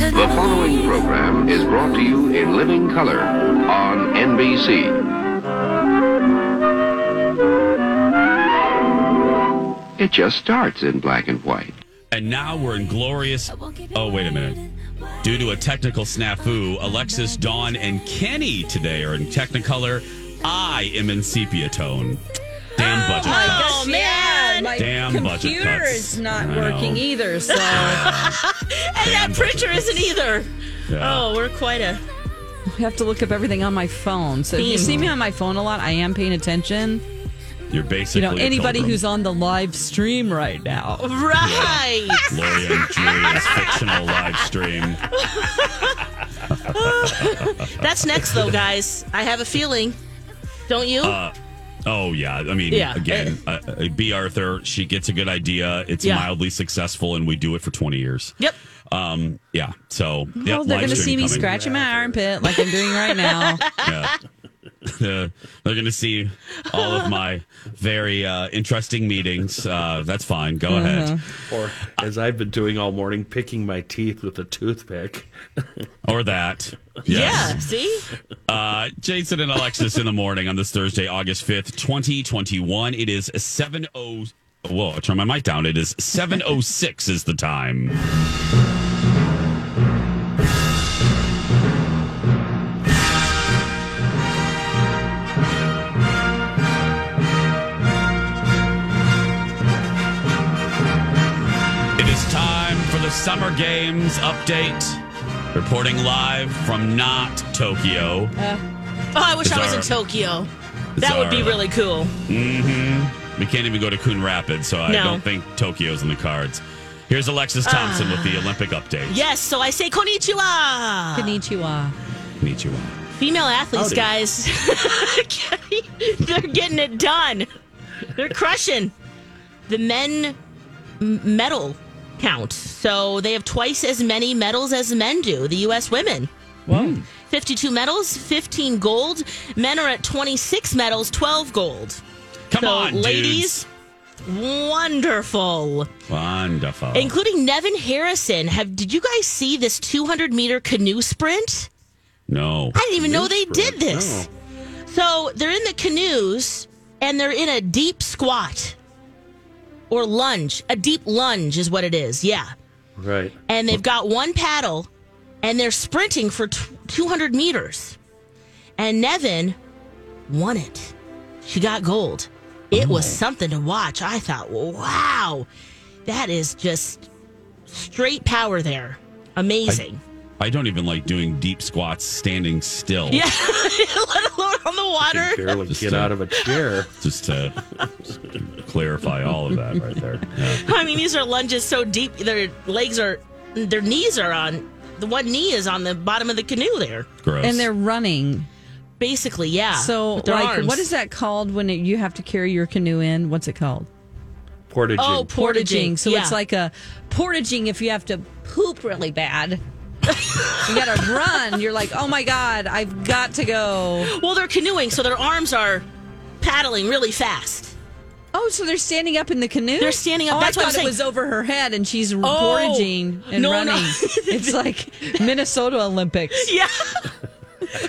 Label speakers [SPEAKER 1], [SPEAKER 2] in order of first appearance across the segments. [SPEAKER 1] The following program is brought to you in living color on NBC. It just starts in black and white.
[SPEAKER 2] And now we're in glorious. Oh, wait a minute. Due to a technical snafu, Alexis, Dawn, and Kenny today are in Technicolor. I am in sepia tone. Damn budget cuts.
[SPEAKER 3] Oh man,
[SPEAKER 4] My
[SPEAKER 2] Damn budget
[SPEAKER 4] computer
[SPEAKER 2] cuts.
[SPEAKER 4] is not
[SPEAKER 2] I
[SPEAKER 4] working
[SPEAKER 2] know.
[SPEAKER 4] either, so we
[SPEAKER 5] And that printer isn't either.
[SPEAKER 2] Yeah.
[SPEAKER 5] Oh, we're quite a.
[SPEAKER 4] have to look up everything on my phone. So if you
[SPEAKER 5] Theme.
[SPEAKER 4] see me on my phone a lot, I am paying attention.
[SPEAKER 2] You're
[SPEAKER 4] You
[SPEAKER 2] basically
[SPEAKER 4] know,
[SPEAKER 2] a
[SPEAKER 4] anybody
[SPEAKER 2] pilgrim.
[SPEAKER 4] who's on the live stream right now.
[SPEAKER 5] Right.
[SPEAKER 2] Lori and Julia's fictional live stream.
[SPEAKER 3] that's next though, guys. I have a feeling, don't you?
[SPEAKER 2] Oh yeah, I mean,
[SPEAKER 3] Yeah.
[SPEAKER 2] again,
[SPEAKER 4] Eh.
[SPEAKER 2] uh, uh, B. Arthur, she gets a good idea. It's
[SPEAKER 3] Yeah.
[SPEAKER 2] mildly successful, and we do it for twenty years.
[SPEAKER 3] yep.
[SPEAKER 2] Um, yeah. So yeah,
[SPEAKER 4] oh, they're
[SPEAKER 2] live
[SPEAKER 4] going to see
[SPEAKER 2] stream
[SPEAKER 4] me
[SPEAKER 2] coming.
[SPEAKER 4] scratching my armpit like I'm doing right now.
[SPEAKER 2] Yeah. Uh, they're going to see all of my very uh, interesting meetings. Uh, that's fine. Go
[SPEAKER 4] Uh-huh.
[SPEAKER 2] ahead.
[SPEAKER 6] Or, as I've been doing all morning, picking my teeth with a toothpick.
[SPEAKER 2] Or that.
[SPEAKER 3] Yeah. See,
[SPEAKER 2] Uh, Jason and Alexis in the morning on this Thursday, August 5th, 2021. It is 7 0. Whoa, I turned my mic down. It is 7.06 is the time. It is time for the Summer Games update. Reporting live from not Tokyo.
[SPEAKER 3] oh, I wish I was in
[SPEAKER 2] Bizarre.
[SPEAKER 3] Tokyo. That would be
[SPEAKER 2] Bizarre.
[SPEAKER 3] really cool.
[SPEAKER 2] We can't even go to Coon Rapids, so I
[SPEAKER 3] No.
[SPEAKER 2] don't think Tokyo's in the cards. Here's Alexis Thompson with
[SPEAKER 3] Ah.
[SPEAKER 2] the Olympic update.
[SPEAKER 3] Yes, so I say konnichiwa.
[SPEAKER 4] Konnichiwa.
[SPEAKER 2] Konnichiwa.
[SPEAKER 3] Female athletes,
[SPEAKER 6] Howdy.
[SPEAKER 3] guys, they're getting it done. They're crushing the men m- medal count. So they have twice as many medals as men do. The U.S. women.
[SPEAKER 7] Hmm.
[SPEAKER 3] 52 medals, 15 gold. Men are at 26 medals, 12 gold.
[SPEAKER 2] Come
[SPEAKER 3] so
[SPEAKER 2] on,
[SPEAKER 3] ladies,
[SPEAKER 2] Oh.
[SPEAKER 3] Wonderful.
[SPEAKER 7] Wonderful.
[SPEAKER 3] Including Nevin Harrison. Have did you guys see this 200 meter canoe sprint?
[SPEAKER 7] no.
[SPEAKER 3] I didn't even know they did this. So they're in the canoes and they're in a deep squat or lunge. A deep lunge is what it is. Yeah.
[SPEAKER 6] Right.
[SPEAKER 3] And they've got one paddle and they're sprinting for t- 200 meters. And Nevin won it. She got gold. It was something to watch. I thought, wow, that is just straight power there. Amazing.
[SPEAKER 7] I don't even like doing deep squats standing still.
[SPEAKER 3] yeah. Let alone on the water.
[SPEAKER 6] Can barely
[SPEAKER 7] Just,
[SPEAKER 6] get
[SPEAKER 7] uh,
[SPEAKER 6] out of a chair.
[SPEAKER 7] Just to clarify all of that right there. Yeah.
[SPEAKER 3] I mean, these are lunges so deep, their legs are, their knees are on, the one knee is on the bottom of the canoe there.
[SPEAKER 7] Gross.
[SPEAKER 4] And they're running.
[SPEAKER 3] Basically, yeah.
[SPEAKER 4] So,
[SPEAKER 3] with their
[SPEAKER 4] like,
[SPEAKER 3] arms.
[SPEAKER 4] what is that called when it, you have to carry your canoe in? What's it called?
[SPEAKER 6] Portaging.
[SPEAKER 3] Oh, portaging.
[SPEAKER 4] So
[SPEAKER 3] yeah.
[SPEAKER 4] it's like a portaging if you have to poop really bad. you got to run. You're like, oh my God, I've got to go.
[SPEAKER 3] well, they're canoeing, so their arms are paddling really fast.
[SPEAKER 4] Oh, so they're standing up in the canoe?
[SPEAKER 3] They're standing up.
[SPEAKER 4] Oh,
[SPEAKER 3] That's
[SPEAKER 4] I
[SPEAKER 3] what
[SPEAKER 4] thought
[SPEAKER 3] I'm
[SPEAKER 4] it
[SPEAKER 3] saying. Oh.
[SPEAKER 4] was over her head and she's portaging and
[SPEAKER 3] No, no.
[SPEAKER 4] running. it's like Minnesota Olympics.
[SPEAKER 3] Yeah.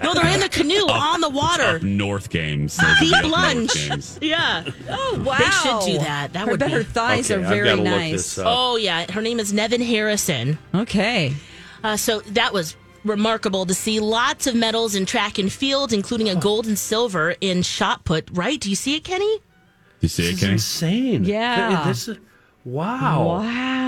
[SPEAKER 3] no, they're in the canoe on the water.
[SPEAKER 7] Up North Games. Those would be
[SPEAKER 3] Deep
[SPEAKER 7] up North
[SPEAKER 3] lunge.
[SPEAKER 7] Games.
[SPEAKER 3] Yeah.
[SPEAKER 4] Oh, wow.
[SPEAKER 3] do that. That
[SPEAKER 4] her,
[SPEAKER 3] would
[SPEAKER 4] but
[SPEAKER 3] be-
[SPEAKER 4] Her thighs
[SPEAKER 6] Okay,
[SPEAKER 4] are
[SPEAKER 6] I've
[SPEAKER 4] very
[SPEAKER 6] gotta look
[SPEAKER 4] nice.
[SPEAKER 6] this up.
[SPEAKER 3] Oh, yeah. Her name is Nevin Harrison.
[SPEAKER 4] Okay.
[SPEAKER 3] Uh, so that was remarkable to see lots of medals in track and field, including a gold and silver in shot put. Right? Do you see it, Kenny?
[SPEAKER 7] You see it,
[SPEAKER 6] This is
[SPEAKER 7] Kenny?
[SPEAKER 6] insane.
[SPEAKER 4] Yeah.
[SPEAKER 6] Th- This is, wow.
[SPEAKER 4] Wow.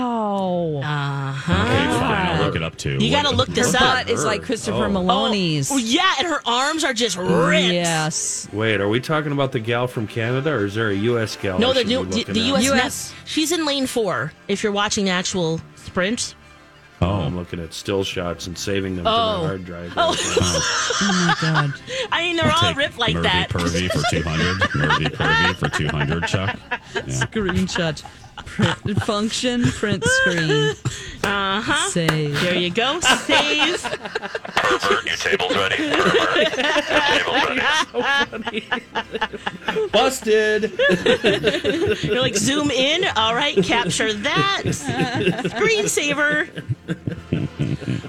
[SPEAKER 3] Uh-huh.
[SPEAKER 7] Okay, fine. I'll look it up too.
[SPEAKER 3] Ah. You
[SPEAKER 7] What-
[SPEAKER 3] gotta look this
[SPEAKER 4] her
[SPEAKER 3] up.
[SPEAKER 4] butt is like Christopher Maloney's.
[SPEAKER 3] Oh, yeah, and her arms are just ripped.
[SPEAKER 4] Yes.
[SPEAKER 6] Wait, are we talking about the gal from Canada or is there a U.S. gal?
[SPEAKER 3] No,
[SPEAKER 6] I
[SPEAKER 3] the
[SPEAKER 6] should be
[SPEAKER 3] new the,
[SPEAKER 6] looking
[SPEAKER 3] the
[SPEAKER 6] at?
[SPEAKER 3] U.S.
[SPEAKER 4] US.
[SPEAKER 3] Met- she's in lane four. If you're watching the actual sprint,
[SPEAKER 6] Oh, I'm
[SPEAKER 7] Oh,
[SPEAKER 6] looking at still shots and saving them to
[SPEAKER 3] Oh.
[SPEAKER 6] my hard drive. Oh.
[SPEAKER 4] Oh my God.
[SPEAKER 3] I mean they're all
[SPEAKER 7] take
[SPEAKER 3] ripped like
[SPEAKER 7] Mervy
[SPEAKER 3] that.
[SPEAKER 7] Pervy for 200. Mervy Pervy for 200, Chuck. Yeah.
[SPEAKER 4] Screenshot. Print, function print screen.
[SPEAKER 3] Uh huh.
[SPEAKER 4] Save.
[SPEAKER 3] There you go. Save.
[SPEAKER 8] Your table's ready. Your table's ready.
[SPEAKER 6] Busted!
[SPEAKER 3] You're like zoom in. All right, capture that. Screensaver.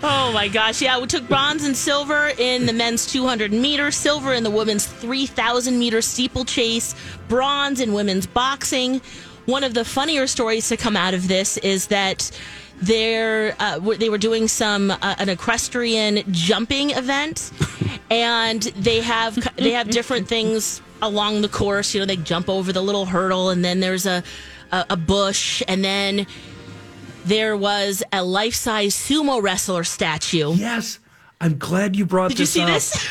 [SPEAKER 3] Oh my gosh! Yeah, we took bronze and silver in the men's 200 meter, silver in the women's 3,000 meter steeplechase, bronze in women's boxing. One of the funnier stories to come out of this is that there uh, w- they were doing some uh, an equestrian jumping event, and they have c- they have different things along the course. You know, they jump over the little hurdle, and then there's a a, a bush, and then there was a life size sumo wrestler statue.
[SPEAKER 6] yes, I'm glad you brought
[SPEAKER 3] Did you
[SPEAKER 6] this
[SPEAKER 3] see
[SPEAKER 6] up.
[SPEAKER 3] this?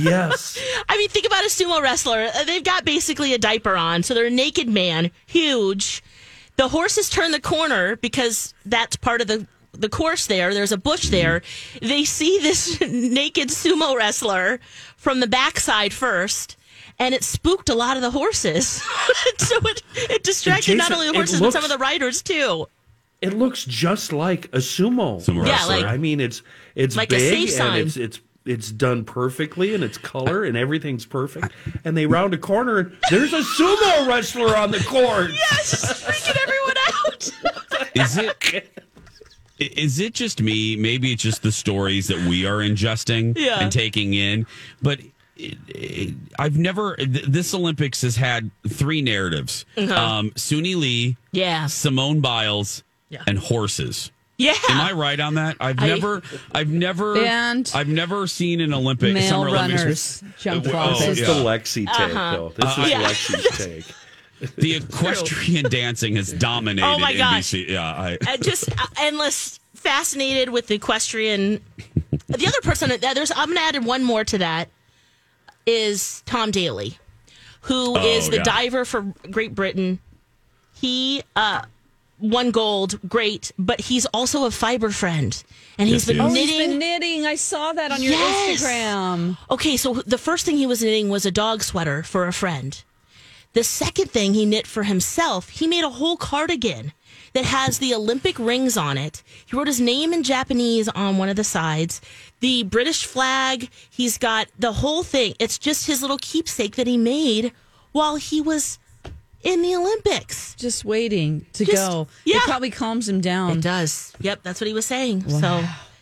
[SPEAKER 6] Yes.
[SPEAKER 3] I mean, think about a sumo wrestler. Uh, They've got basically a diaper on, so they're a naked man, huge. The horses turn the corner because that's part of the the course there. There's a bush there. They see this naked sumo wrestler from the backside first. And it spooked a lot of the horses, so it, it distracted
[SPEAKER 6] And
[SPEAKER 3] not
[SPEAKER 6] Jason,
[SPEAKER 3] only the
[SPEAKER 6] it
[SPEAKER 3] horses but some
[SPEAKER 6] looks-
[SPEAKER 3] of the riders too.
[SPEAKER 6] It looks just like a sumo.
[SPEAKER 7] Sumo
[SPEAKER 3] Yeah,
[SPEAKER 7] wrestler.
[SPEAKER 3] like-
[SPEAKER 6] I mean, it's it's
[SPEAKER 3] Like a safe
[SPEAKER 6] big
[SPEAKER 3] sign.
[SPEAKER 6] and it's it's it's done perfectly and it's color and everything's perfect. And they round a corner and there's a sumo wrestler on the court.
[SPEAKER 3] It's just freaking everyone out.
[SPEAKER 7] Is it? i- Is it just me? Maybe it's just the stories that we are ingesting
[SPEAKER 3] Yeah.
[SPEAKER 7] and taking in. But it, it, I've never. th- This Olympics has had three narratives: um, Suni Lee,
[SPEAKER 3] Uh-huh. Yeah,
[SPEAKER 7] Simone Biles,
[SPEAKER 3] Yeah.
[SPEAKER 7] and horses.
[SPEAKER 3] yeah.
[SPEAKER 7] Am I right on that? I've
[SPEAKER 3] I-
[SPEAKER 7] never, I've never,
[SPEAKER 4] And-
[SPEAKER 7] I've never seen an Olympic
[SPEAKER 4] Male
[SPEAKER 7] summer
[SPEAKER 4] runners.
[SPEAKER 7] Olympics.
[SPEAKER 4] Jump
[SPEAKER 7] Oh,
[SPEAKER 6] This
[SPEAKER 4] crosses.
[SPEAKER 6] is
[SPEAKER 7] yeah.
[SPEAKER 6] the Lexi take,
[SPEAKER 3] Uh-huh.
[SPEAKER 6] though. This is
[SPEAKER 3] yeah.
[SPEAKER 6] Lexi's take.
[SPEAKER 7] The equestrian dancing has dominated.
[SPEAKER 3] Oh my gosh.
[SPEAKER 7] NBC. Yeah, I,
[SPEAKER 3] uh, just uh, endless fascinated with equestrian. The other person that there's, I'm going to add one more to that is Tom Daly, who is the
[SPEAKER 7] Oh, yeah.
[SPEAKER 3] diver for Great Britain. He uh, won gold, great, but he's also a fiber friend, and
[SPEAKER 7] Yes,
[SPEAKER 3] he's
[SPEAKER 7] he
[SPEAKER 3] been
[SPEAKER 7] is.
[SPEAKER 4] Oh, He's been
[SPEAKER 3] knitting.
[SPEAKER 4] knitting. I saw that on your
[SPEAKER 3] Yes.
[SPEAKER 4] Instagram.
[SPEAKER 3] Okay, so the first thing he was knitting was a dog sweater for a friend. The second thing he knit for himself, he made a whole cardigan that has the Olympic rings on it. He wrote his name in Japanese on one of the sides, the British flag. He's got the whole thing. It's just his little keepsake that he made while he was in the Olympics.
[SPEAKER 4] Just waiting to
[SPEAKER 3] Just-
[SPEAKER 4] go.
[SPEAKER 3] yeah.
[SPEAKER 4] It probably calms him down.
[SPEAKER 3] It does. Yep, that's what he was saying.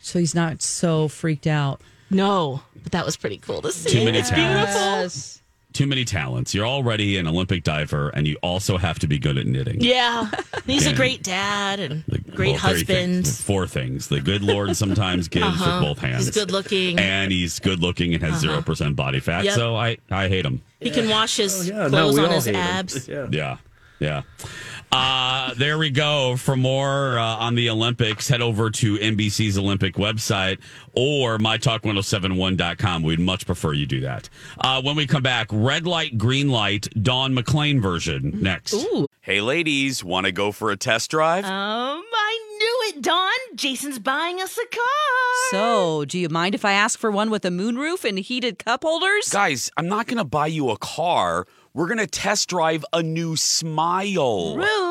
[SPEAKER 4] So he's not so freaked out.
[SPEAKER 3] So no, but that was pretty cool to see.
[SPEAKER 2] Too many
[SPEAKER 3] It's
[SPEAKER 2] talents.
[SPEAKER 3] beautiful.
[SPEAKER 2] Too many talents. You're already an Olympic diver, and you also have to be good at knitting.
[SPEAKER 3] Yeah, And he's
[SPEAKER 2] Yeah.
[SPEAKER 3] a great dad and
[SPEAKER 2] The-
[SPEAKER 3] great
[SPEAKER 2] well, three
[SPEAKER 3] husband. Uh-huh.
[SPEAKER 2] things. four things. The good Lord sometimes gives with both hands.
[SPEAKER 3] He's good looking. Uh-huh.
[SPEAKER 2] and he's good looking and has 0 percent body fat.
[SPEAKER 3] Yep.
[SPEAKER 2] So I I hate him.
[SPEAKER 3] He can wash his
[SPEAKER 6] Oh, Yeah, no,
[SPEAKER 3] clothes
[SPEAKER 6] we
[SPEAKER 3] on
[SPEAKER 6] all
[SPEAKER 3] his
[SPEAKER 6] hate 'em.
[SPEAKER 3] abs.
[SPEAKER 6] Yeah.
[SPEAKER 2] Yeah. Yeah. Uh, there we go. For more uh, on the Olympics, head over to NBC's Olympic website or mytalk1071.com. We'd much prefer you do that. Uh, when we come back, red light, green light, Dawn McLean version next.
[SPEAKER 3] Ooh. Uh.
[SPEAKER 2] Hey, ladies, want to go for a test drive?
[SPEAKER 9] Um, I knew it, Don. Jason's buying us a car.
[SPEAKER 4] So, do you mind if I ask for one with a moonroof and heated cup holders?
[SPEAKER 2] Guys, I'm not going to buy you a car. We're going to test drive a new smile.
[SPEAKER 9] Rude.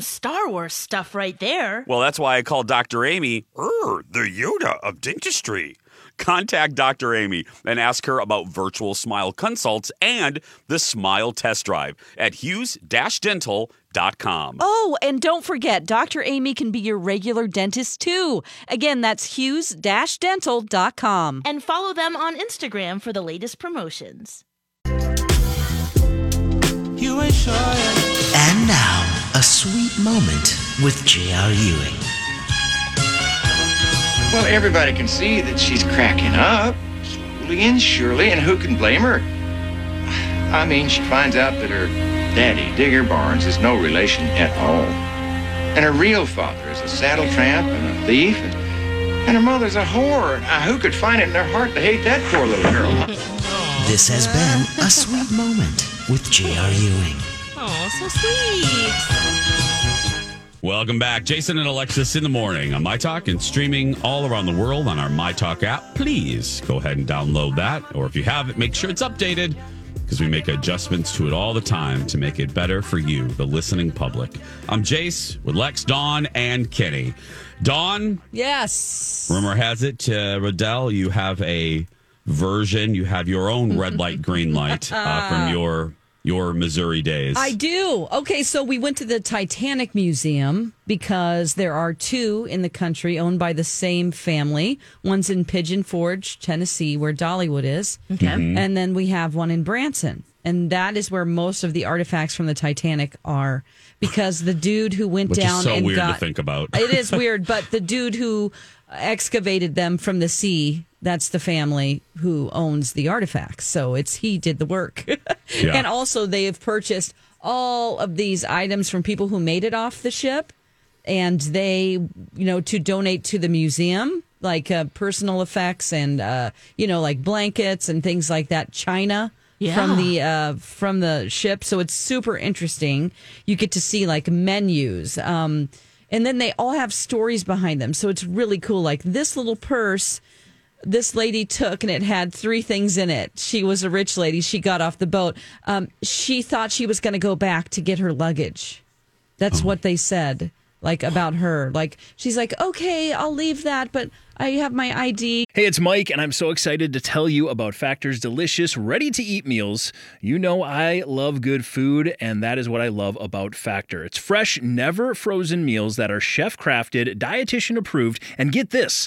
[SPEAKER 9] Star Wars stuff right there.
[SPEAKER 2] Well, that's why I call Dr. Amy er, the Yoda of dentistry. Contact Dr. Amy and ask her about virtual smile consults and the smile test drive at hughes-dental.com.
[SPEAKER 4] Oh, and don't forget, Dr. Amy can be your regular dentist too. Again, that's hughes-dental.com.
[SPEAKER 9] And follow them on Instagram for the latest promotions.
[SPEAKER 10] And now, a sweet moment with J.R. Ewing.
[SPEAKER 11] Well, everybody can see that she's cracking up, slowly and surely, and who can blame her? I mean, she finds out that her daddy, Digger Barnes, is no relation at all. And her real father is a saddle tramp and a thief, and, and her mother's a whore. Now, who could find it in their heart to hate that poor little girl?
[SPEAKER 10] This has been a sweet moment with J.R. Ewing.
[SPEAKER 3] Oh, so sweet.
[SPEAKER 2] Welcome back, Jason and Alexis in the morning on My Talk and streaming all around the world on our My Talk app. Please go ahead and download that, or if you have it, make sure it's updated because we make adjustments to it all the time to make it better for you, the listening public. I'm Jace with Lex, Dawn, and Kenny. Dawn,
[SPEAKER 4] Yes.
[SPEAKER 2] rumor has it, uh, Riddell, you have a version. You have your own red light, green light uh, from your your Missouri days.
[SPEAKER 4] I do. Okay, so we went to the Titanic Museum because there are two in the country owned by the same family. One's in Pigeon Forge, Tennessee, where Dollywood is. Okay.
[SPEAKER 2] Mm-hmm.
[SPEAKER 4] And then we have one in Branson. And that is where most of the artifacts from the Titanic are because the dude who went
[SPEAKER 2] which
[SPEAKER 4] down
[SPEAKER 2] is so
[SPEAKER 4] and
[SPEAKER 2] weird
[SPEAKER 4] got
[SPEAKER 2] to think about.
[SPEAKER 4] it is weird, but the dude who excavated them from the sea, that's the family who owns the artifacts. So it's he did the work.
[SPEAKER 2] Yeah.
[SPEAKER 4] And also they have purchased all of these items from people who made it off the ship and they, you know, to donate to the museum, like uh, personal effects and uh, you know, like blankets and things like that, china from the uh, from the ship. So it's super interesting. You get to see like menus, um, and then they all have stories behind them. So it's really cool. Like this little purse. This lady took and it had three things in it. She was a rich lady. She got off the boat. Um, she thought she was going to go back to get her luggage. That's what they said, like about her. Like she's like, okay, I'll leave that, but I have my ID.
[SPEAKER 12] Hey, it's Mike, and I'm so excited to tell you about Factor's delicious, ready to eat meals. You know, I love good food, and that is what I love about Factor. It's fresh, never frozen meals that are chef crafted, dietitian approved, and get this,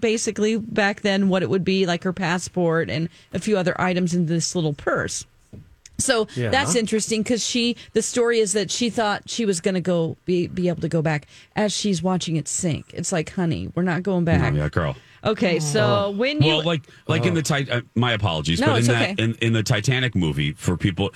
[SPEAKER 4] basically back then what it would be like her passport and a few other items in this little purse. So
[SPEAKER 13] Yeah.
[SPEAKER 4] that's interesting because she the story is that she thought she was going to go be be able to go back as she's watching it sink. It's like, honey, we're not going
[SPEAKER 2] Oh,
[SPEAKER 4] back.
[SPEAKER 7] yeah, girl.
[SPEAKER 4] Okay, so when you Oh.
[SPEAKER 7] well, like like in the Tit- uh, my apologies,
[SPEAKER 4] No,
[SPEAKER 7] but in
[SPEAKER 4] it's
[SPEAKER 7] that
[SPEAKER 4] okay.
[SPEAKER 7] in, in the Titanic movie for people,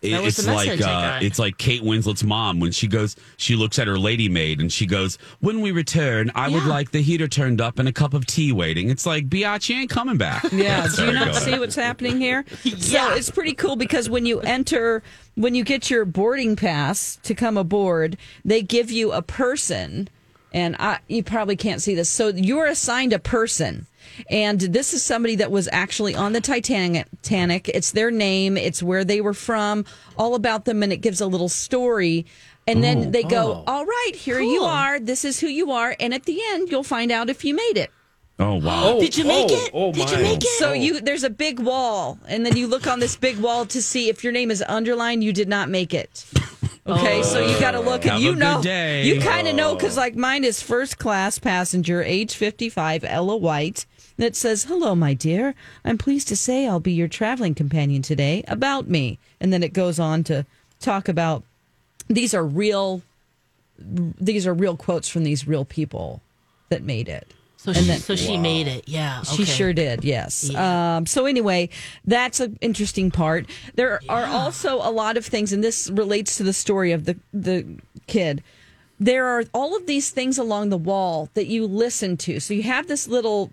[SPEAKER 7] it-
[SPEAKER 4] That was
[SPEAKER 7] it's
[SPEAKER 4] the message
[SPEAKER 7] like
[SPEAKER 4] I
[SPEAKER 7] uh,
[SPEAKER 4] got.
[SPEAKER 7] it's like Kate Winslet's mom when she goes, she looks at her lady maid and she goes, "When we return, I would like the heater turned up and a cup of tea waiting." It's like, biatch, you ain't coming back.
[SPEAKER 4] Yeah,
[SPEAKER 7] That's
[SPEAKER 4] do you
[SPEAKER 7] how it
[SPEAKER 4] not
[SPEAKER 7] goes.
[SPEAKER 4] see what's happening here? So it's pretty cool because when you enter, when you get your boarding pass to come aboard, they give you a person. And I, you probably can't see this. So you're assigned a person. And this is somebody that was actually on the Titanic. Titanic. It's their name, it's where they were from, all about them. And it gives a little story. And then
[SPEAKER 13] Ooh,
[SPEAKER 4] they
[SPEAKER 13] oh.
[SPEAKER 4] go, all right, here you are. This is who you are. And at the end, you'll find out if you made it.
[SPEAKER 7] Oh wow!
[SPEAKER 4] Did you make it?
[SPEAKER 7] Did you make it?
[SPEAKER 4] So you there's a big wall, and then you look on this big wall to see if your name is underlined. You did not make it. Okay, so you got to look, and
[SPEAKER 7] Oh. Have a
[SPEAKER 4] you
[SPEAKER 7] good
[SPEAKER 4] know,
[SPEAKER 7] day. Oh.
[SPEAKER 4] you kind of know because like mine is first class passenger, age fifty five, Ella White. And it says, "Hello, my dear. I'm pleased to say I'll be your traveling companion today. About me." And then it goes on to talk about these are real, these are real quotes from these real people that made it.
[SPEAKER 3] So
[SPEAKER 4] And
[SPEAKER 3] she,
[SPEAKER 4] then-
[SPEAKER 3] so she made it. Yeah.
[SPEAKER 4] she
[SPEAKER 3] okay.
[SPEAKER 4] sure did, yes. Um, so, anyway, that's an interesting part. There are also a lot of things, and this relates to the story of the, the kid. There are all of these things along the wall that you listen to. So, you have this little,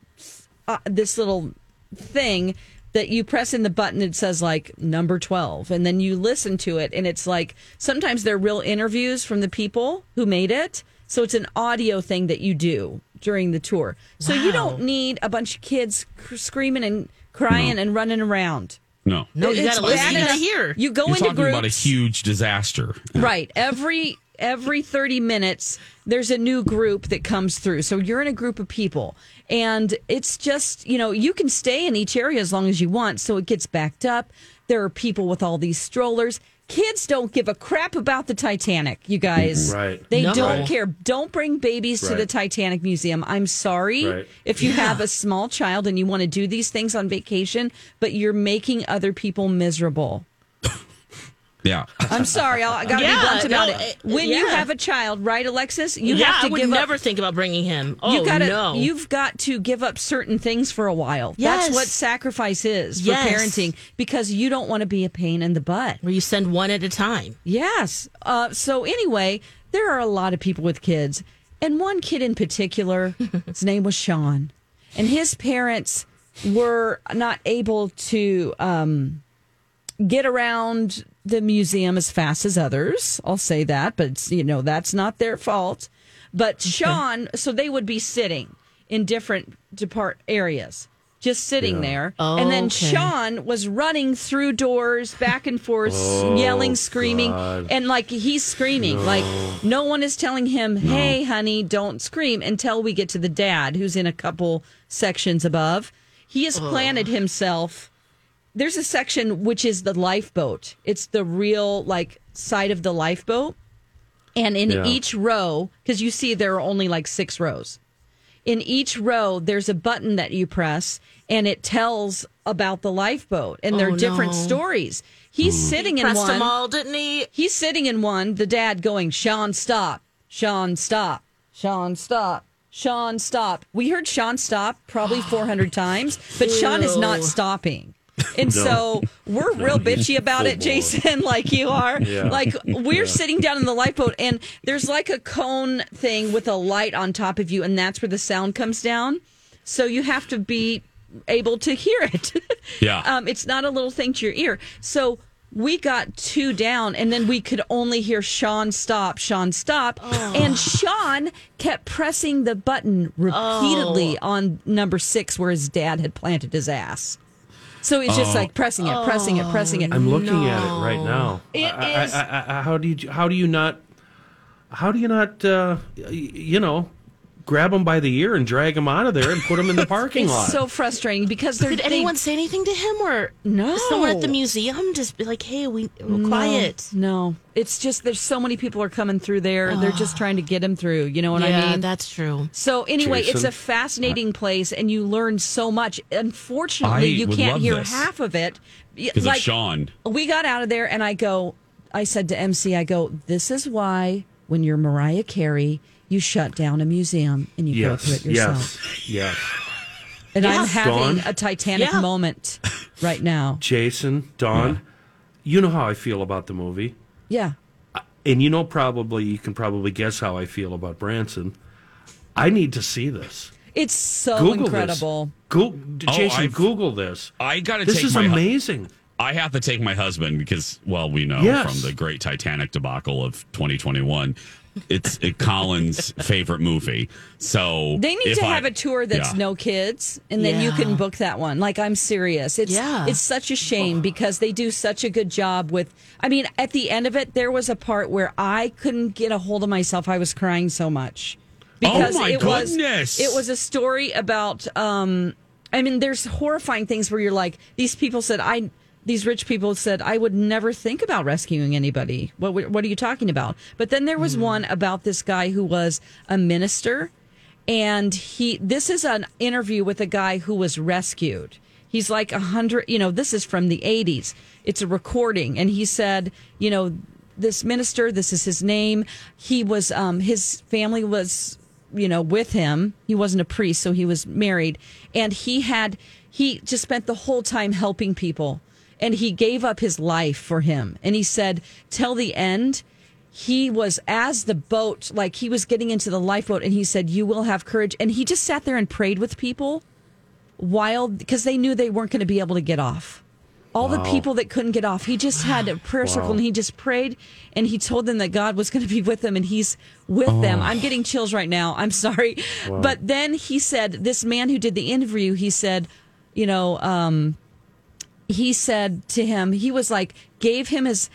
[SPEAKER 4] uh, this little thing that you press in the button it says like number 12 and then you listen to it and it's like sometimes they're real interviews from the people who made it so it's an audio thing that you do during the tour so you don't need a bunch of kids cr- screaming and crying and running around
[SPEAKER 7] No,
[SPEAKER 3] No, you
[SPEAKER 4] It's
[SPEAKER 3] gotta listen.
[SPEAKER 4] bad
[SPEAKER 3] You gotta
[SPEAKER 4] enough-
[SPEAKER 3] hear.
[SPEAKER 4] you go
[SPEAKER 7] You're
[SPEAKER 4] into
[SPEAKER 7] talking
[SPEAKER 4] groups
[SPEAKER 7] about a huge disaster.
[SPEAKER 4] Right. Every every 30 minutes there's a new group that comes through. So you're in a group of people and it's just, you know, you can stay in each area as long as you want. So it gets backed up. There are people with all these strollers. Kids don't give a crap about the Titanic, you guys.
[SPEAKER 6] Mm-hmm. Right.
[SPEAKER 4] They
[SPEAKER 6] No.
[SPEAKER 4] don't
[SPEAKER 6] Right.
[SPEAKER 4] care. Don't bring babies to
[SPEAKER 6] Right.
[SPEAKER 4] the Titanic Museum. I'm sorry
[SPEAKER 6] Right.
[SPEAKER 4] if you
[SPEAKER 6] Yeah.
[SPEAKER 4] have a small child and you want to do these things on vacation, but you're making other people miserable.
[SPEAKER 7] Yeah.
[SPEAKER 4] I'm sorry, I'll- I got to
[SPEAKER 3] Yeah,
[SPEAKER 4] be blunt about
[SPEAKER 3] no,
[SPEAKER 4] it.
[SPEAKER 3] uh,
[SPEAKER 4] When you
[SPEAKER 3] yeah.
[SPEAKER 4] have a child, right, Alexis, you
[SPEAKER 3] yeah,
[SPEAKER 4] have to
[SPEAKER 3] I would
[SPEAKER 4] give
[SPEAKER 3] never
[SPEAKER 4] up.
[SPEAKER 3] think about bringing him. Oh
[SPEAKER 4] you gotta,
[SPEAKER 3] no.
[SPEAKER 4] You've got to give up certain things for a while.
[SPEAKER 3] Yes.
[SPEAKER 4] That's what sacrifice is for
[SPEAKER 3] Yes.
[SPEAKER 4] parenting because you don't want to be a pain in the butt.
[SPEAKER 3] Where you send one at a time.
[SPEAKER 4] Yes. Uh, so anyway, there are a lot of people with kids, and one kid in particular, his name was Sean, and his parents were not able to um, get around the museum as fast as others. I'll say that, but it's, you know that's not their fault. But Sean, so they would be sitting in different depart areas. Just sitting
[SPEAKER 13] Yeah.
[SPEAKER 4] there. and then
[SPEAKER 13] Okay.
[SPEAKER 4] Sean was running through doors back and forth,
[SPEAKER 13] Oh,
[SPEAKER 4] yelling, screaming.
[SPEAKER 13] God.
[SPEAKER 4] And like he's screaming,
[SPEAKER 13] No.
[SPEAKER 4] like no one is telling him, "Hey, honey, don't scream." Until we get to the dad, who's in a couple sections above. He has planted himself. There's a section which is the lifeboat. It's the real like side of the lifeboat, and in
[SPEAKER 13] Yeah.
[SPEAKER 4] each row, because you see there are only like six rows. In each row, there's a button that you press, and it tells about the lifeboat, and there
[SPEAKER 3] Oh,
[SPEAKER 4] are different
[SPEAKER 3] no.
[SPEAKER 4] stories. He's sitting in
[SPEAKER 3] Pressed
[SPEAKER 4] one.
[SPEAKER 3] them all, didn't he?
[SPEAKER 4] He's sitting in one, the dad going, Sean, stop. Sean, stop. Sean, stop. Sean, stop. We heard Sean stop probably 400 times, but Sean is not
[SPEAKER 3] Ew.
[SPEAKER 4] stopping. And
[SPEAKER 13] No.
[SPEAKER 4] so we're
[SPEAKER 13] No,
[SPEAKER 4] real
[SPEAKER 13] he's
[SPEAKER 4] bitchy about
[SPEAKER 13] full
[SPEAKER 4] it, Jason, like you are.
[SPEAKER 13] Yeah.
[SPEAKER 4] Like we're
[SPEAKER 13] Yeah.
[SPEAKER 4] sitting down in the lifeboat and there's like a cone thing with a light on top of you, and that's where the sound comes down. So you have to be able to hear it.
[SPEAKER 2] Yeah.
[SPEAKER 4] Um, it's not a little thing to your ear. So we got two down, and then we could only hear Sean stop, Sean stop.
[SPEAKER 3] Oh.
[SPEAKER 4] And Sean kept pressing the button repeatedly
[SPEAKER 3] Oh.
[SPEAKER 4] on number six where his dad had planted his ass. So it's just
[SPEAKER 6] Oh.
[SPEAKER 4] like pressing it, pressing it, pressing
[SPEAKER 3] Oh.
[SPEAKER 4] it.
[SPEAKER 6] I'm looking at it right now.
[SPEAKER 4] It
[SPEAKER 6] I,
[SPEAKER 4] is-
[SPEAKER 6] I, I, I, how do you how do you not how do you not uh, y- you know grab them by the ear and drag them out of there and put them in the parking
[SPEAKER 4] It's
[SPEAKER 6] lot?
[SPEAKER 4] so frustrating because they're.
[SPEAKER 3] Did
[SPEAKER 4] they-
[SPEAKER 3] anyone say anything to him or
[SPEAKER 4] No.
[SPEAKER 3] someone at the museum just be like, hey, we
[SPEAKER 4] No,
[SPEAKER 3] quiet.
[SPEAKER 4] No, it's just there's so many people are coming through there. They're just trying to get him through. You know what I
[SPEAKER 3] Ah. Yeah,
[SPEAKER 4] mean?
[SPEAKER 3] that's true.
[SPEAKER 4] So anyway, it's
[SPEAKER 3] Jason,
[SPEAKER 4] a fascinating place, and you learn so much. Unfortunately,
[SPEAKER 7] I
[SPEAKER 4] you
[SPEAKER 7] would
[SPEAKER 4] can't
[SPEAKER 7] love
[SPEAKER 4] hear
[SPEAKER 7] this.
[SPEAKER 4] half of it. Y-
[SPEAKER 7] Because of Sean.
[SPEAKER 4] we got out of there and I go, I said to MC, I go, this is why when you're Mariah Carey, you shut down a museum and you go
[SPEAKER 6] yes,
[SPEAKER 4] through it yourself.
[SPEAKER 6] yes, yes.
[SPEAKER 4] And I'm
[SPEAKER 6] Yes.
[SPEAKER 4] having
[SPEAKER 6] Dawn?
[SPEAKER 4] a Titanic
[SPEAKER 6] Yeah.
[SPEAKER 4] moment right now.
[SPEAKER 6] Jason, Don, you know how I feel about the movie,
[SPEAKER 4] Yeah.
[SPEAKER 6] and you know probably you can probably guess how I feel about Branson. I need to see this.
[SPEAKER 4] It's so incredible.
[SPEAKER 6] This.
[SPEAKER 2] Oh,
[SPEAKER 6] Go- Jason,
[SPEAKER 2] I've-
[SPEAKER 6] Google this.
[SPEAKER 2] I gotta
[SPEAKER 6] This
[SPEAKER 2] take
[SPEAKER 6] is
[SPEAKER 2] my hu-
[SPEAKER 6] amazing.
[SPEAKER 2] I have to take my husband because, well, we know
[SPEAKER 6] Yes.
[SPEAKER 2] from the great Titanic debacle of 2021, it's uh, Colin's favorite movie. So
[SPEAKER 4] They need
[SPEAKER 2] if
[SPEAKER 4] to
[SPEAKER 2] I-
[SPEAKER 4] have a tour that's
[SPEAKER 2] Yeah.
[SPEAKER 4] no kids, and then you
[SPEAKER 2] Yeah.
[SPEAKER 4] can book that one. Like I'm serious. It's it's such a shame because they do such a good job with. I mean, at the end of it, there was a part where I couldn't get a hold of myself. I was crying so much
[SPEAKER 2] Oh
[SPEAKER 4] because
[SPEAKER 2] my
[SPEAKER 4] it
[SPEAKER 2] goodness.
[SPEAKER 4] was it was a story about. um I mean, there's horrifying things where you're like, these people said I. These rich people said, "I would never think about rescuing anybody. What? would- What are you talking about?" But then there was one about this guy who was a minister, and he this is an interview with a guy who was rescued he's like a hundred you know this is from the 80s it's a recording and he said you know this minister this is his name he was um his family was you know with him he wasn't a priest so he was married and he had he just spent the whole time helping people and he gave up his life for him and he said till the end he was as the boat, like he was getting into the lifeboat, and he said, You will have courage. And he just sat there and prayed with people while, because they knew they weren't going to be able to get off. All the
[SPEAKER 13] Wow.
[SPEAKER 4] people that couldn't get off, he just had a prayer circle
[SPEAKER 13] Wow.
[SPEAKER 4] and he just prayed and he told them that God was going to be with them and he's with them.
[SPEAKER 13] Oh.
[SPEAKER 4] I'm getting chills right now. I'm sorry.
[SPEAKER 13] Wow.
[SPEAKER 4] But then he said, This man who did the interview, he said, You know, um, he said to him, he was like, gave him his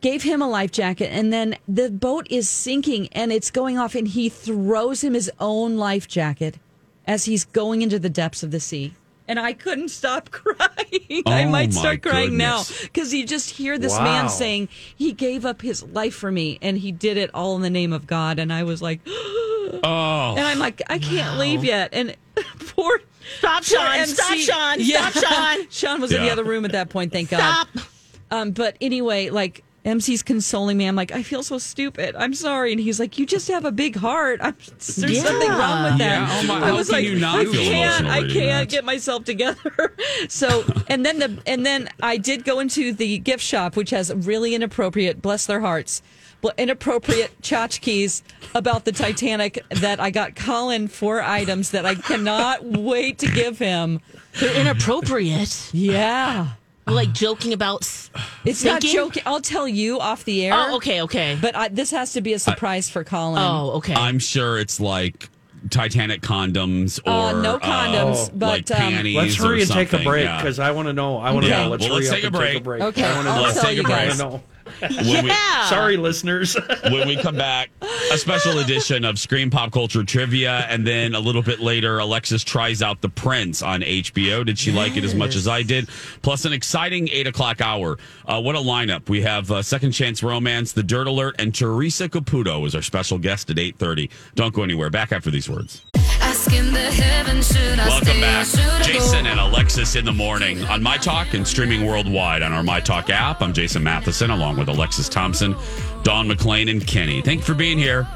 [SPEAKER 4] gave him a life jacket and then the boat is sinking and it's going off and he throws him his own life jacket as he's going into the depths of the sea and i couldn't stop crying i
[SPEAKER 13] Oh,
[SPEAKER 4] might
[SPEAKER 13] my
[SPEAKER 4] start crying now
[SPEAKER 13] goodness.
[SPEAKER 4] because you just hear this man
[SPEAKER 13] Wow.
[SPEAKER 4] saying he gave up his life for me and he did it all in the name of god and i was like
[SPEAKER 2] Oh.
[SPEAKER 4] and i'm like i can't leave yet and poor
[SPEAKER 3] Stop,
[SPEAKER 4] poor
[SPEAKER 3] Sean.
[SPEAKER 4] MC
[SPEAKER 3] Stop, Sean.
[SPEAKER 4] Yeah.
[SPEAKER 3] Stop, Sean.
[SPEAKER 4] sean was in the
[SPEAKER 3] Yeah.
[SPEAKER 4] other room at that point thank god
[SPEAKER 3] Stop.
[SPEAKER 4] um, but anyway, like MC's consoling me. I'm like, I feel so stupid. I'm sorry. And he's like, You just have a big heart. I'm, there's
[SPEAKER 13] Yeah.
[SPEAKER 4] something wrong with
[SPEAKER 13] Yeah.
[SPEAKER 4] that.
[SPEAKER 13] Oh my-
[SPEAKER 4] I
[SPEAKER 13] how
[SPEAKER 4] was
[SPEAKER 13] can
[SPEAKER 4] like,
[SPEAKER 13] you not
[SPEAKER 4] I
[SPEAKER 13] feel
[SPEAKER 4] can't.
[SPEAKER 13] emotional
[SPEAKER 4] I
[SPEAKER 13] reading
[SPEAKER 4] can't
[SPEAKER 13] that?
[SPEAKER 4] get myself together. so, and then the and then I did go into the gift shop, which has really inappropriate, bless their hearts, bl- inappropriate tchotchkes about the Titanic that I got Colin four items that I cannot wait to give him.
[SPEAKER 3] They're inappropriate.
[SPEAKER 4] Yeah.
[SPEAKER 3] Like joking about. s-
[SPEAKER 4] It's not
[SPEAKER 3] sinking?
[SPEAKER 4] joking. I'll tell you off the air.
[SPEAKER 3] Oh, okay, okay.
[SPEAKER 4] But I, this has to be a surprise for Colin.
[SPEAKER 3] Oh.
[SPEAKER 2] I'm sure it's like Titanic condoms or
[SPEAKER 4] Uh, no
[SPEAKER 2] uh,
[SPEAKER 4] condoms,
[SPEAKER 2] like
[SPEAKER 4] but, um,
[SPEAKER 2] panties
[SPEAKER 6] Oh. Let's hurry
[SPEAKER 2] or
[SPEAKER 6] and take a
[SPEAKER 2] something,
[SPEAKER 6] break
[SPEAKER 2] yeah.
[SPEAKER 6] because I want to know. I want to
[SPEAKER 2] Yeah.
[SPEAKER 6] know. Let's
[SPEAKER 2] Well,
[SPEAKER 6] hurry
[SPEAKER 2] let's
[SPEAKER 6] up
[SPEAKER 2] take a
[SPEAKER 6] and
[SPEAKER 2] break.
[SPEAKER 6] take a break.
[SPEAKER 2] Okay,
[SPEAKER 6] I wanna
[SPEAKER 2] I'll
[SPEAKER 6] know.
[SPEAKER 2] Let's tell take a you break.
[SPEAKER 6] I
[SPEAKER 2] guys. Ah.
[SPEAKER 6] wanna know.
[SPEAKER 2] When we- Yeah.
[SPEAKER 6] Sorry, listeners.
[SPEAKER 2] when we come back, a special edition of Scream Pop Culture Trivia, and then a little bit later, Alexis tries out The Prince on HBO. Did she like it as much as I did? Plus, an exciting eight o'clock hour. Uh, what a lineup! We have uh, Second Chance Romance, The Dirt Alert, and Teresa Caputo is our special guest at eight thirty. Don't go anywhere. Back after these words.
[SPEAKER 13] Asking the heaven, should I
[SPEAKER 2] Welcome
[SPEAKER 13] stay
[SPEAKER 2] back,
[SPEAKER 13] or should I go?
[SPEAKER 2] Jason and Alexis in the morning on My Talk and streaming worldwide on our My Talk app. I'm Jason Matheson along with Alexis Thompson, Don McLean, and Kenny. Thank you for being here.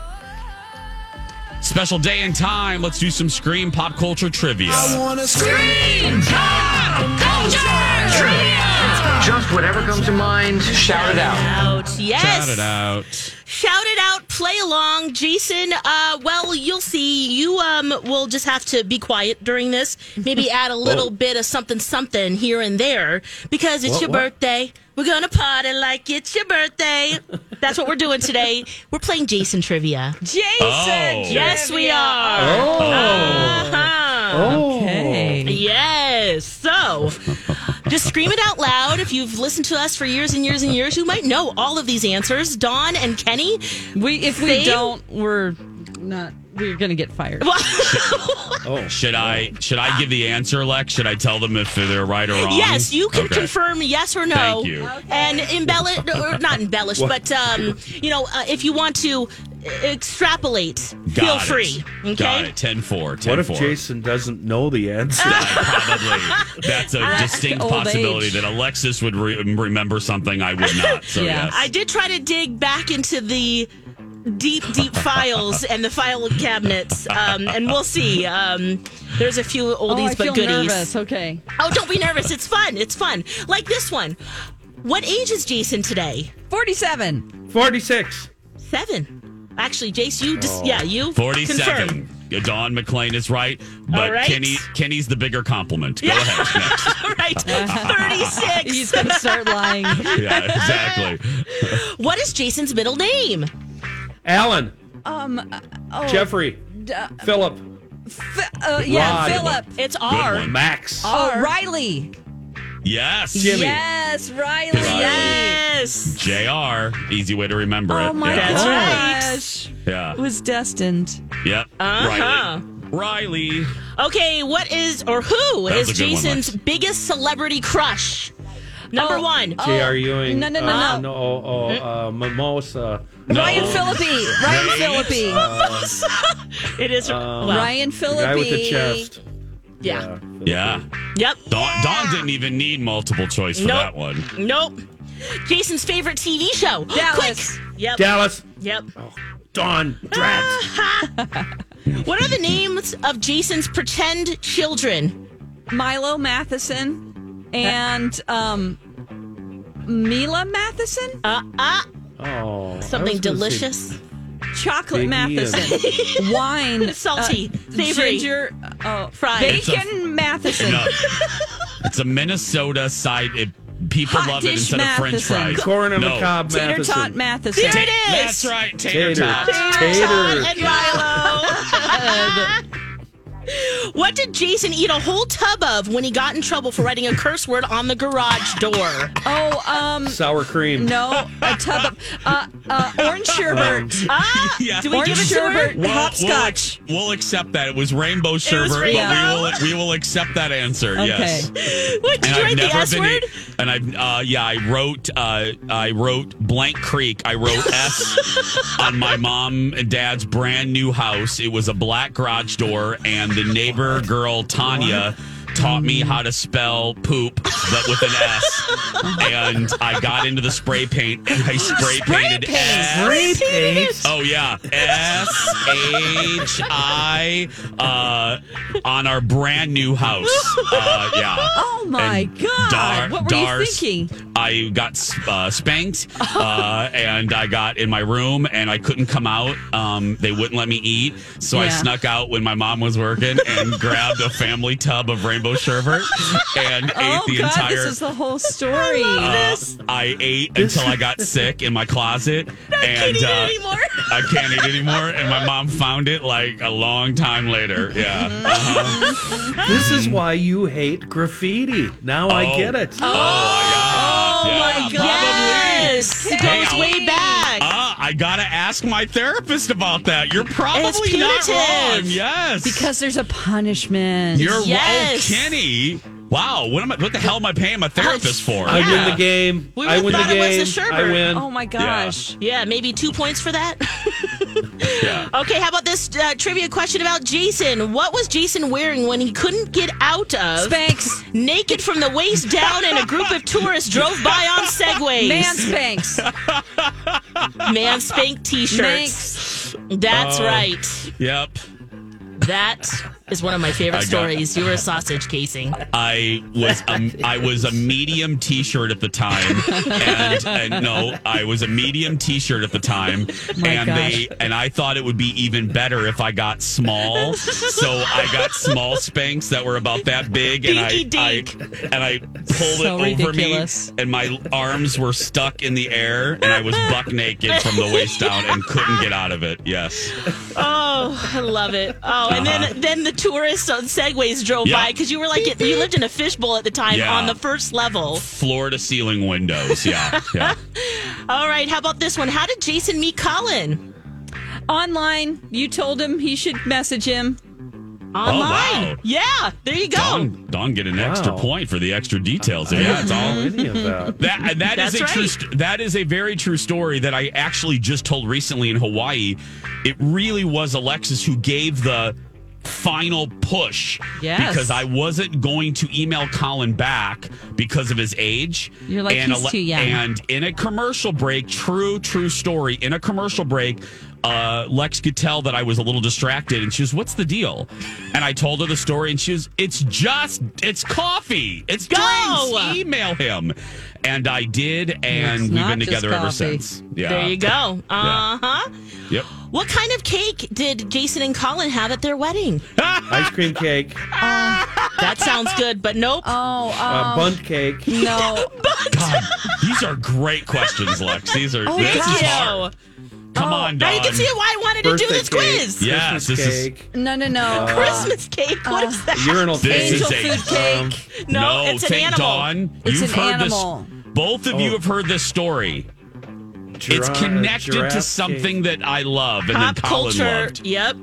[SPEAKER 2] Special day and time.
[SPEAKER 3] Oh,
[SPEAKER 2] Let's do some Scream Pop Culture trivia.
[SPEAKER 13] I wanna scream pop culture.
[SPEAKER 1] Trivia! Just whatever comes to mind, shout it out.
[SPEAKER 3] Yes.
[SPEAKER 2] Shout it out.
[SPEAKER 3] Shout it out, play along, Jason. Uh, well, you'll see. You um, will just have to be quiet during this. Maybe add a little
[SPEAKER 2] Whoa.
[SPEAKER 3] bit of something, something here and there because it's
[SPEAKER 2] Oh. What,
[SPEAKER 3] your
[SPEAKER 2] what?
[SPEAKER 3] birthday. We're gonna party like it's your birthday. That's what we're doing today. We're playing Jason trivia. Jason,
[SPEAKER 2] Oh.
[SPEAKER 3] yes, we are.
[SPEAKER 2] Oh.
[SPEAKER 3] Uh-huh.
[SPEAKER 4] Okay.
[SPEAKER 3] Yes. So just scream it out loud. If you've listened to us for years and years and years, you might know all of these answers. Dawn and Kenny.
[SPEAKER 4] We if we don't, we're not. We're gonna get fired.
[SPEAKER 2] Oh. Should I should I give the answer, Lex? Should I tell them if they're right or wrong?
[SPEAKER 3] Yes, you can
[SPEAKER 2] Okay.
[SPEAKER 3] confirm yes or no.
[SPEAKER 2] Thank you.
[SPEAKER 3] And embellish, or not embellish,
[SPEAKER 2] What?
[SPEAKER 3] but um, you know, uh, if you want to extrapolate,
[SPEAKER 2] Got
[SPEAKER 3] feel
[SPEAKER 2] it.
[SPEAKER 3] free. Okay.
[SPEAKER 2] Got it. 10 4. 10
[SPEAKER 6] What if
[SPEAKER 2] 4.
[SPEAKER 6] Jason doesn't know the answer?
[SPEAKER 2] Ah. Probably. That's a distinct
[SPEAKER 3] old
[SPEAKER 2] possibility
[SPEAKER 3] age.
[SPEAKER 2] that Alexis would re- remember something I would not. So, yes.
[SPEAKER 3] I did try to dig back into the deep, deep files and the file cabinets, um, and we'll see. Um, there's a few oldies
[SPEAKER 4] oh, I
[SPEAKER 3] but
[SPEAKER 4] feel
[SPEAKER 3] goodies.
[SPEAKER 4] nervous. Okay.
[SPEAKER 3] Oh, don't be nervous. It's fun. It's fun. Like this one. What age is Jason today?
[SPEAKER 4] 47.
[SPEAKER 6] 46.
[SPEAKER 3] Seven. Actually, Jace, you just, yeah, you
[SPEAKER 2] 47.
[SPEAKER 3] confirm.
[SPEAKER 2] Yeah, Dawn McLean is right, but
[SPEAKER 3] All right.
[SPEAKER 2] Kenny Kenny's the bigger compliment. Go
[SPEAKER 3] Yeah.
[SPEAKER 2] ahead.
[SPEAKER 3] All right. 36.
[SPEAKER 4] He's gonna start lying.
[SPEAKER 2] Yeah, exactly.
[SPEAKER 3] What is Jason's middle name?
[SPEAKER 6] Alan,
[SPEAKER 4] Um. Oh,
[SPEAKER 6] Jeffrey,
[SPEAKER 4] d- uh,
[SPEAKER 6] Philip,
[SPEAKER 4] uh, yeah,
[SPEAKER 6] Rod.
[SPEAKER 4] Philip.
[SPEAKER 3] It's
[SPEAKER 2] one.
[SPEAKER 3] R.
[SPEAKER 6] Max,
[SPEAKER 4] Oh, Riley.
[SPEAKER 2] Yes.
[SPEAKER 6] Jimmy.
[SPEAKER 4] Yes, Riley.
[SPEAKER 2] Riley.
[SPEAKER 3] Yes.
[SPEAKER 2] JR. Easy way to remember it.
[SPEAKER 4] Oh my
[SPEAKER 2] yeah.
[SPEAKER 3] That's
[SPEAKER 4] gosh.
[SPEAKER 2] Yeah.
[SPEAKER 4] It was destined.
[SPEAKER 2] Yep.
[SPEAKER 3] Uh-huh.
[SPEAKER 2] Riley. Riley.
[SPEAKER 3] Okay, what is or who
[SPEAKER 2] That
[SPEAKER 3] is
[SPEAKER 2] was a good one,
[SPEAKER 3] Jason's biggest celebrity crush? Number
[SPEAKER 4] Oh,
[SPEAKER 3] one.
[SPEAKER 6] J.R. Ewing.
[SPEAKER 4] no, no, no, no.
[SPEAKER 6] uh, no. Oh, oh, uh, Mimosa.
[SPEAKER 2] No.
[SPEAKER 4] Ryan Philippi. Ryan
[SPEAKER 2] Right.
[SPEAKER 4] Philippi.
[SPEAKER 3] it is
[SPEAKER 6] Um,
[SPEAKER 3] well,
[SPEAKER 4] Ryan
[SPEAKER 6] The
[SPEAKER 4] Philippi.
[SPEAKER 6] guy with the chest.
[SPEAKER 3] Yeah.
[SPEAKER 2] Yeah.
[SPEAKER 3] Yep.
[SPEAKER 2] Dawn, Dawn didn't even need multiple choice for
[SPEAKER 3] Nope.
[SPEAKER 2] that one.
[SPEAKER 3] Nope. Jason's favorite TV show.
[SPEAKER 4] Dallas.
[SPEAKER 3] Oh, Quick. Yep.
[SPEAKER 6] Dallas,
[SPEAKER 3] Yep.
[SPEAKER 6] Dawn, Oh, Drax.
[SPEAKER 3] What are the names of Jason's pretend children?
[SPEAKER 4] Milo Matheson and um, Mila Matheson?
[SPEAKER 3] Uh, uh,
[SPEAKER 6] Oh,
[SPEAKER 3] something
[SPEAKER 6] I was gonna say
[SPEAKER 3] delicious.
[SPEAKER 4] Chocolate
[SPEAKER 6] Big
[SPEAKER 2] E
[SPEAKER 4] Matheson. Wine.
[SPEAKER 3] Salty.
[SPEAKER 4] uh,
[SPEAKER 3] Savory.
[SPEAKER 4] Ginger. Oh,
[SPEAKER 3] Fried.
[SPEAKER 2] It's a-
[SPEAKER 4] Bacon Matheson.
[SPEAKER 2] No. it's a Minnesota side. It, people
[SPEAKER 4] Hot
[SPEAKER 2] love it
[SPEAKER 4] dish
[SPEAKER 2] instead of French
[SPEAKER 4] Matheson.
[SPEAKER 2] fries.
[SPEAKER 6] Corn on
[SPEAKER 2] no.
[SPEAKER 6] the cob,
[SPEAKER 4] Tater
[SPEAKER 6] Matheson.
[SPEAKER 4] tot Matheson.
[SPEAKER 3] There it is.
[SPEAKER 2] That's right. Tater,
[SPEAKER 6] Tater.
[SPEAKER 2] tot.
[SPEAKER 6] Tater.
[SPEAKER 3] Tom and Milo. what did Jason eat a whole tub of when he got in trouble for writing a curse word on the garage door?
[SPEAKER 4] Oh, um,
[SPEAKER 6] Sour cream.
[SPEAKER 4] no, a tub of uh, uh, orange sherbet.
[SPEAKER 3] Ah,
[SPEAKER 2] Um, Yeah.
[SPEAKER 3] do we
[SPEAKER 4] orange
[SPEAKER 3] give it to her?
[SPEAKER 4] sherbet,
[SPEAKER 2] We'll,
[SPEAKER 4] hopscotch.
[SPEAKER 2] We'll, we'll accept that. It was rainbow sherbet, but we
[SPEAKER 3] rainbow.
[SPEAKER 2] will, we will accept that answer. Yes.
[SPEAKER 3] What, did you write the S
[SPEAKER 2] been.
[SPEAKER 3] word?
[SPEAKER 2] And I've uh, yeah, I wrote uh, I wrote Blank Creek. I wrote S on my mom and dad's brand new house. It was a black garage door, and the neighbor girl Tanya. Taught me how to spell poop, but with an S. and I got into the spray paint and I spray, painted S. Oh yeah, S H I uh, on our brand new house. Uh, yeah.
[SPEAKER 4] Oh, my
[SPEAKER 2] And
[SPEAKER 4] God.
[SPEAKER 2] Dar-
[SPEAKER 4] What were you
[SPEAKER 2] Dar's-
[SPEAKER 4] thinking?
[SPEAKER 2] I got uh, spanked, uh, and I got in my room, and I couldn't come out. Um, they wouldn't let me eat, so I
[SPEAKER 4] Yeah.
[SPEAKER 2] snuck out when my mom was working and grabbed a family tub of rainbow sherbet and
[SPEAKER 4] Oh,
[SPEAKER 2] ate the
[SPEAKER 4] God,
[SPEAKER 2] entire.
[SPEAKER 4] this is the whole story.
[SPEAKER 2] Uh, I ate until I got sick in my closet, and
[SPEAKER 3] Can't eat it
[SPEAKER 2] uh,
[SPEAKER 3] anymore.
[SPEAKER 2] I can't eat anymore. And my mom found it like a long time later. Yeah. Uh-huh.
[SPEAKER 6] This is why you hate graffiti. Now I
[SPEAKER 2] Oh.
[SPEAKER 6] get it.
[SPEAKER 2] Oh, my God. Yeah,
[SPEAKER 3] Oh my
[SPEAKER 2] probably.
[SPEAKER 3] Yes, it
[SPEAKER 2] Hey,
[SPEAKER 3] goes
[SPEAKER 2] I'll-
[SPEAKER 3] way back.
[SPEAKER 2] Uh, I gotta ask my therapist about that. You're probably not
[SPEAKER 3] punitive.
[SPEAKER 2] wrong. Yes.
[SPEAKER 4] Because there's a punishment.
[SPEAKER 2] you're
[SPEAKER 3] Yes.
[SPEAKER 2] oh, Kenny. Wow. What am I? What the hell am I paying my therapist for?
[SPEAKER 6] I
[SPEAKER 3] Yeah.
[SPEAKER 6] win the game.
[SPEAKER 3] We
[SPEAKER 6] I
[SPEAKER 3] would've
[SPEAKER 6] win the
[SPEAKER 3] thought it was
[SPEAKER 6] game.
[SPEAKER 3] the sherbet.
[SPEAKER 6] I win.
[SPEAKER 4] oh my gosh.
[SPEAKER 3] yeah, maybe two points for that.
[SPEAKER 2] Yeah.
[SPEAKER 3] okay, how about this uh, trivia question about Jason? What was Jason wearing when he couldn't get out of?
[SPEAKER 4] Spanks.
[SPEAKER 3] Naked from the waist down, and a group of tourists drove by on segways.
[SPEAKER 4] Man Spanks.
[SPEAKER 3] Man spank t-shirts.
[SPEAKER 2] Uh,
[SPEAKER 4] Manx.
[SPEAKER 3] That's
[SPEAKER 2] Oh.
[SPEAKER 3] right.
[SPEAKER 2] Yep.
[SPEAKER 3] That is one of my favorite
[SPEAKER 2] I got-
[SPEAKER 3] stories. You were a sausage casing.
[SPEAKER 2] I was a, I was a medium T-shirt at the time, and, and no, I was a medium T-shirt at the time,
[SPEAKER 3] My
[SPEAKER 2] and they
[SPEAKER 3] gosh.
[SPEAKER 2] and I thought it would be even better if I got small, so I got small spanks that were about that big, and I,
[SPEAKER 3] Dinky
[SPEAKER 2] I
[SPEAKER 3] dink.
[SPEAKER 2] and I pulled it
[SPEAKER 3] So
[SPEAKER 2] over
[SPEAKER 3] ridiculous.
[SPEAKER 2] me, and my arms were stuck in the air, and I was buck naked from the waist down and couldn't get out of it. Yes.
[SPEAKER 3] Oh, I love it. Oh, and
[SPEAKER 2] Uh-huh.
[SPEAKER 3] then then the tourists on segways drove
[SPEAKER 2] Yeah.
[SPEAKER 3] by because you were like you lived in a fishbowl at the time
[SPEAKER 2] Yeah.
[SPEAKER 3] on the first level.
[SPEAKER 2] Floor to ceiling windows. Yeah. Yeah.
[SPEAKER 3] All right, how about this one? How did Jason meet Colin?
[SPEAKER 4] Online. You told him he should message him.
[SPEAKER 2] Oh, wow.
[SPEAKER 3] Online. Yeah, there you go.
[SPEAKER 4] Oh.
[SPEAKER 2] Don, Don get an extra
[SPEAKER 3] Wow.
[SPEAKER 2] point for the extra details. there. Yeah, it's all that. and that is
[SPEAKER 3] That's
[SPEAKER 2] a true.
[SPEAKER 3] right.
[SPEAKER 2] st- That is a very true story that I actually just told recently in Hawaii. It really was Alexis who gave the final push
[SPEAKER 4] Yes.
[SPEAKER 2] because I wasn't going to email Colin back because of his age.
[SPEAKER 4] You're like, he's
[SPEAKER 2] Ale-
[SPEAKER 4] too young.
[SPEAKER 2] And in a commercial break, true, true story. In a commercial break, uh, Lex could tell that I was a little distracted, and she was, "What's the deal?" And I told her the story, and she was, "It's just, it's coffee, it's
[SPEAKER 3] Go!
[SPEAKER 2] drinks. Email him." And I did, and we've
[SPEAKER 3] not
[SPEAKER 2] been
[SPEAKER 3] just
[SPEAKER 2] together ever
[SPEAKER 3] coffee.
[SPEAKER 2] since. Yeah.
[SPEAKER 3] There you go. Uh huh.
[SPEAKER 2] Yep.
[SPEAKER 3] What kind of cake did Jason and Colin have at their wedding?
[SPEAKER 6] Ice cream cake,
[SPEAKER 3] that sounds good, but nope.
[SPEAKER 4] Oh,
[SPEAKER 6] uh, bun cake.
[SPEAKER 4] No.
[SPEAKER 2] God, these are great questions, Lex. These are.
[SPEAKER 3] Oh,
[SPEAKER 2] this is
[SPEAKER 3] thank you.
[SPEAKER 2] hard. Come on, Don.
[SPEAKER 3] Now you can see why I wanted to do
[SPEAKER 2] Birthday
[SPEAKER 3] this
[SPEAKER 2] cake.
[SPEAKER 3] quiz.
[SPEAKER 2] Yes,
[SPEAKER 6] Christmas
[SPEAKER 2] this is-
[SPEAKER 6] cake.
[SPEAKER 4] No, no, no.
[SPEAKER 6] Uh,
[SPEAKER 3] Christmas cake. What is that?
[SPEAKER 6] urinal
[SPEAKER 2] This
[SPEAKER 6] cake. Um,
[SPEAKER 2] is a-
[SPEAKER 4] cake.
[SPEAKER 3] No,
[SPEAKER 2] no,
[SPEAKER 3] it's an
[SPEAKER 2] thank
[SPEAKER 3] animal.
[SPEAKER 2] Dawn.
[SPEAKER 3] It's
[SPEAKER 2] you've
[SPEAKER 3] an
[SPEAKER 2] heard
[SPEAKER 3] animal. Oh.
[SPEAKER 2] this. Both of you have heard this story. it's
[SPEAKER 6] Giraffe-
[SPEAKER 2] connected to
[SPEAKER 6] giraffe
[SPEAKER 2] something that I love and
[SPEAKER 3] Pop
[SPEAKER 2] then Colin
[SPEAKER 3] culture.
[SPEAKER 2] loved.
[SPEAKER 3] Yep.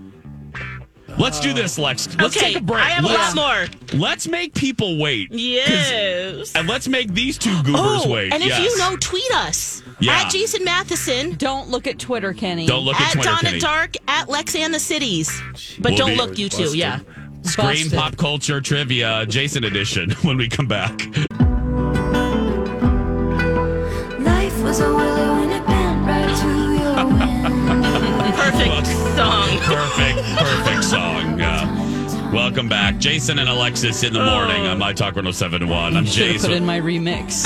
[SPEAKER 2] Let's do this, Lex. Let's
[SPEAKER 3] okay.
[SPEAKER 2] take a break.
[SPEAKER 3] I have
[SPEAKER 2] let's,
[SPEAKER 3] a lot more.
[SPEAKER 2] Let's make people wait. 'Cause-
[SPEAKER 3] Yes.
[SPEAKER 2] And let's make these two goobers
[SPEAKER 3] Oh,
[SPEAKER 2] wait.
[SPEAKER 3] and if
[SPEAKER 2] yes.
[SPEAKER 3] you know, tweet us
[SPEAKER 2] Yeah.
[SPEAKER 3] at Jason Matheson.
[SPEAKER 4] Don't look at Twitter, Kenny.
[SPEAKER 2] Don't look at
[SPEAKER 3] at
[SPEAKER 2] Twitter,
[SPEAKER 3] Dawn
[SPEAKER 2] Kenny.
[SPEAKER 3] at Dark at Lex and the Cities. But
[SPEAKER 2] We'll
[SPEAKER 3] don't
[SPEAKER 2] be-
[SPEAKER 3] look, you two.
[SPEAKER 2] Busted.
[SPEAKER 3] Yeah.
[SPEAKER 2] Screen pop culture trivia, Jason edition, when we come back.
[SPEAKER 13] Life was a willow and it bent right to your wind.
[SPEAKER 3] Perfect song.
[SPEAKER 2] Perfect, perfect song. Yeah. Welcome back. Jason and Alexis in the
[SPEAKER 3] Oh.
[SPEAKER 2] morning on My Talk 1071. I'm
[SPEAKER 4] Should have put in
[SPEAKER 2] Jason.
[SPEAKER 4] my remix.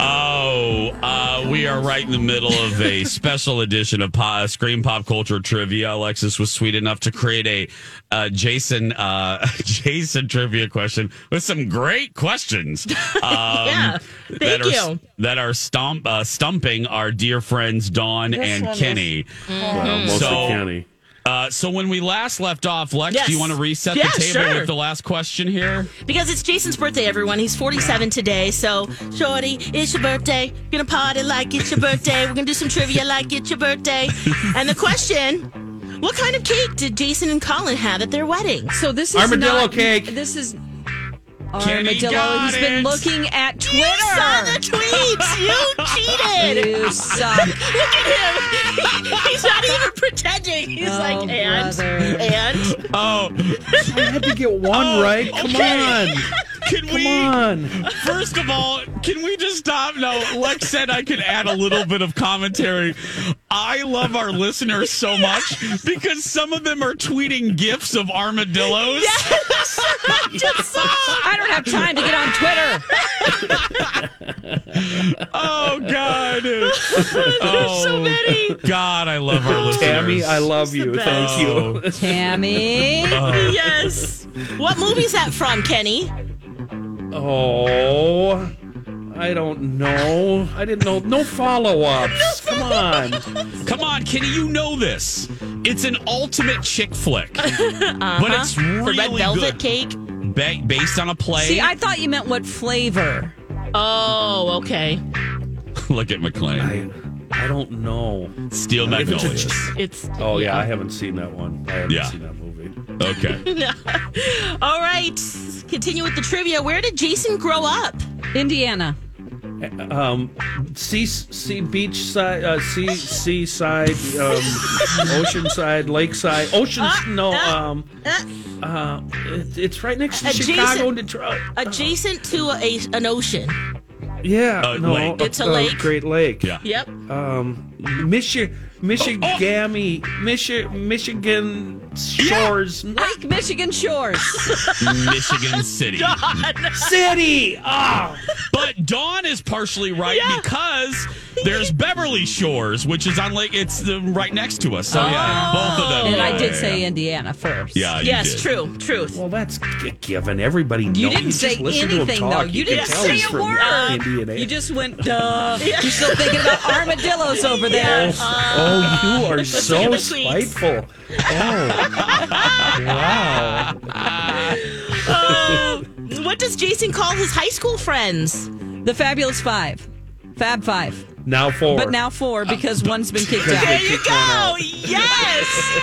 [SPEAKER 2] Oh, uh, we are right in the middle of a special edition of po- Scream Pop Culture Trivia. Alexis was sweet enough to create a uh, Jason uh, Jason trivia question with some great questions. Um,
[SPEAKER 3] Yeah. Thank
[SPEAKER 2] that are,
[SPEAKER 3] you.
[SPEAKER 2] That are stomp, uh, stumping our dear friends Dawn
[SPEAKER 3] This
[SPEAKER 2] and
[SPEAKER 3] one is- Mm.
[SPEAKER 2] Kenny.
[SPEAKER 6] Well, mostly Kenny.
[SPEAKER 2] Uh, so when we last left off, Lex,
[SPEAKER 3] Yes.
[SPEAKER 2] do you want to reset
[SPEAKER 3] Yeah,
[SPEAKER 2] the table
[SPEAKER 3] sure.
[SPEAKER 2] with the last question here?
[SPEAKER 3] Because it's Jason's birthday, everyone. He's 47 today. So, Shorty, it's your birthday. We're going to party like it's your birthday. We're going to do some trivia like it's your birthday. And the question What kind of cake did Jason and Colin have at their wedding?
[SPEAKER 4] So, this is
[SPEAKER 6] Armadillo
[SPEAKER 4] not-
[SPEAKER 6] cake.
[SPEAKER 4] This is
[SPEAKER 2] Kenny
[SPEAKER 4] armadillo.
[SPEAKER 2] got
[SPEAKER 4] He's been
[SPEAKER 2] it.
[SPEAKER 4] looking at Twitter.
[SPEAKER 3] You saw the tweets. You cheated.
[SPEAKER 4] You suck.
[SPEAKER 3] Look at him. He's not even pretending. He's
[SPEAKER 4] Oh,
[SPEAKER 3] like, and,
[SPEAKER 4] brother.
[SPEAKER 3] and.
[SPEAKER 2] Oh,
[SPEAKER 6] I had to get one right. Come on.
[SPEAKER 2] can
[SPEAKER 6] Come
[SPEAKER 2] we?
[SPEAKER 6] on.
[SPEAKER 2] First of all, can we just stop? No, Lex said I could add a little bit of commentary. I love our listeners so much because some of them are tweeting gifs of armadillos.
[SPEAKER 4] I don't have time to get on Twitter.
[SPEAKER 2] Oh God! oh,
[SPEAKER 3] so many.
[SPEAKER 2] God, I love our listeners. Oh.
[SPEAKER 6] Tammy, I love you.
[SPEAKER 3] the
[SPEAKER 6] Thank you.
[SPEAKER 4] Tammy.
[SPEAKER 3] Yes. What movie is that from, Kenny?
[SPEAKER 6] Oh, I don't know. I didn't know. No follow ups. Come on.
[SPEAKER 2] Come on, Kenny, you know this. It's an ultimate chick flick, but it's
[SPEAKER 3] The
[SPEAKER 2] really
[SPEAKER 3] Uh-huh. Red Velvet
[SPEAKER 2] good.
[SPEAKER 3] Cake?
[SPEAKER 2] Ba- based on a play.
[SPEAKER 4] See, I thought you meant what flavor.
[SPEAKER 3] Oh, okay.
[SPEAKER 2] Look at McLean.
[SPEAKER 6] I, I don't know.
[SPEAKER 2] Steel
[SPEAKER 6] If it's a-
[SPEAKER 2] Magnolias.
[SPEAKER 3] It's.
[SPEAKER 6] Oh, yeah. I haven't seen that one. I haven't
[SPEAKER 2] Yeah.
[SPEAKER 6] seen that movie.
[SPEAKER 2] Okay.
[SPEAKER 3] All right. Continue with the trivia. Where did Jason grow up?
[SPEAKER 4] Indiana.
[SPEAKER 6] Um, sea, sea beach side, uh, sea, seaside, um, oceanside, lakeside, ocean. no,
[SPEAKER 2] Ah,
[SPEAKER 6] um, uh,
[SPEAKER 2] Uh,
[SPEAKER 6] it, it's right next to
[SPEAKER 3] Adjacent-
[SPEAKER 6] Chicago and Detroit.
[SPEAKER 3] Adjacent to a, an ocean.
[SPEAKER 6] Yeah,
[SPEAKER 2] Uh,
[SPEAKER 6] no,
[SPEAKER 2] lake.
[SPEAKER 3] It's a
[SPEAKER 6] uh,
[SPEAKER 3] lake.
[SPEAKER 6] Great Lake.
[SPEAKER 2] Yeah.
[SPEAKER 3] Yep.
[SPEAKER 6] Um, Michi- Michigami, Michi- Michigan Shores
[SPEAKER 4] Lake Michigan Shores.
[SPEAKER 2] Michigan City.
[SPEAKER 6] City. Ah,
[SPEAKER 2] But Dawn is partially right because there's Beverly Shores, which is on Lake. It's the, right next to us. So yeah, both of them.
[SPEAKER 4] Oh. and I
[SPEAKER 2] yeah,
[SPEAKER 4] did
[SPEAKER 2] yeah,
[SPEAKER 4] say
[SPEAKER 2] yeah.
[SPEAKER 4] Indiana first.
[SPEAKER 2] Yeah, you
[SPEAKER 3] yes,
[SPEAKER 2] did.
[SPEAKER 3] true, truth.
[SPEAKER 6] Well, that's g- given. Everybody knows.
[SPEAKER 4] You didn't
[SPEAKER 6] just
[SPEAKER 4] say
[SPEAKER 6] listen to him
[SPEAKER 4] anything though.
[SPEAKER 6] talk.
[SPEAKER 4] You
[SPEAKER 6] can
[SPEAKER 4] didn't
[SPEAKER 6] tell
[SPEAKER 4] say
[SPEAKER 6] he's
[SPEAKER 4] a
[SPEAKER 6] from
[SPEAKER 4] word.
[SPEAKER 6] Indiana.
[SPEAKER 4] You just went duh. You're still thinking about armadillos over there.
[SPEAKER 6] oh, you are so
[SPEAKER 3] Between.
[SPEAKER 6] spiteful. Oh, wow.
[SPEAKER 3] Uh, what does Jason call his high school friends?
[SPEAKER 4] The Fabulous Five, Fab Five,
[SPEAKER 6] Now four.
[SPEAKER 4] but now four because one's been kicked
[SPEAKER 6] Because
[SPEAKER 4] out.
[SPEAKER 6] they-
[SPEAKER 3] There you go. Yes,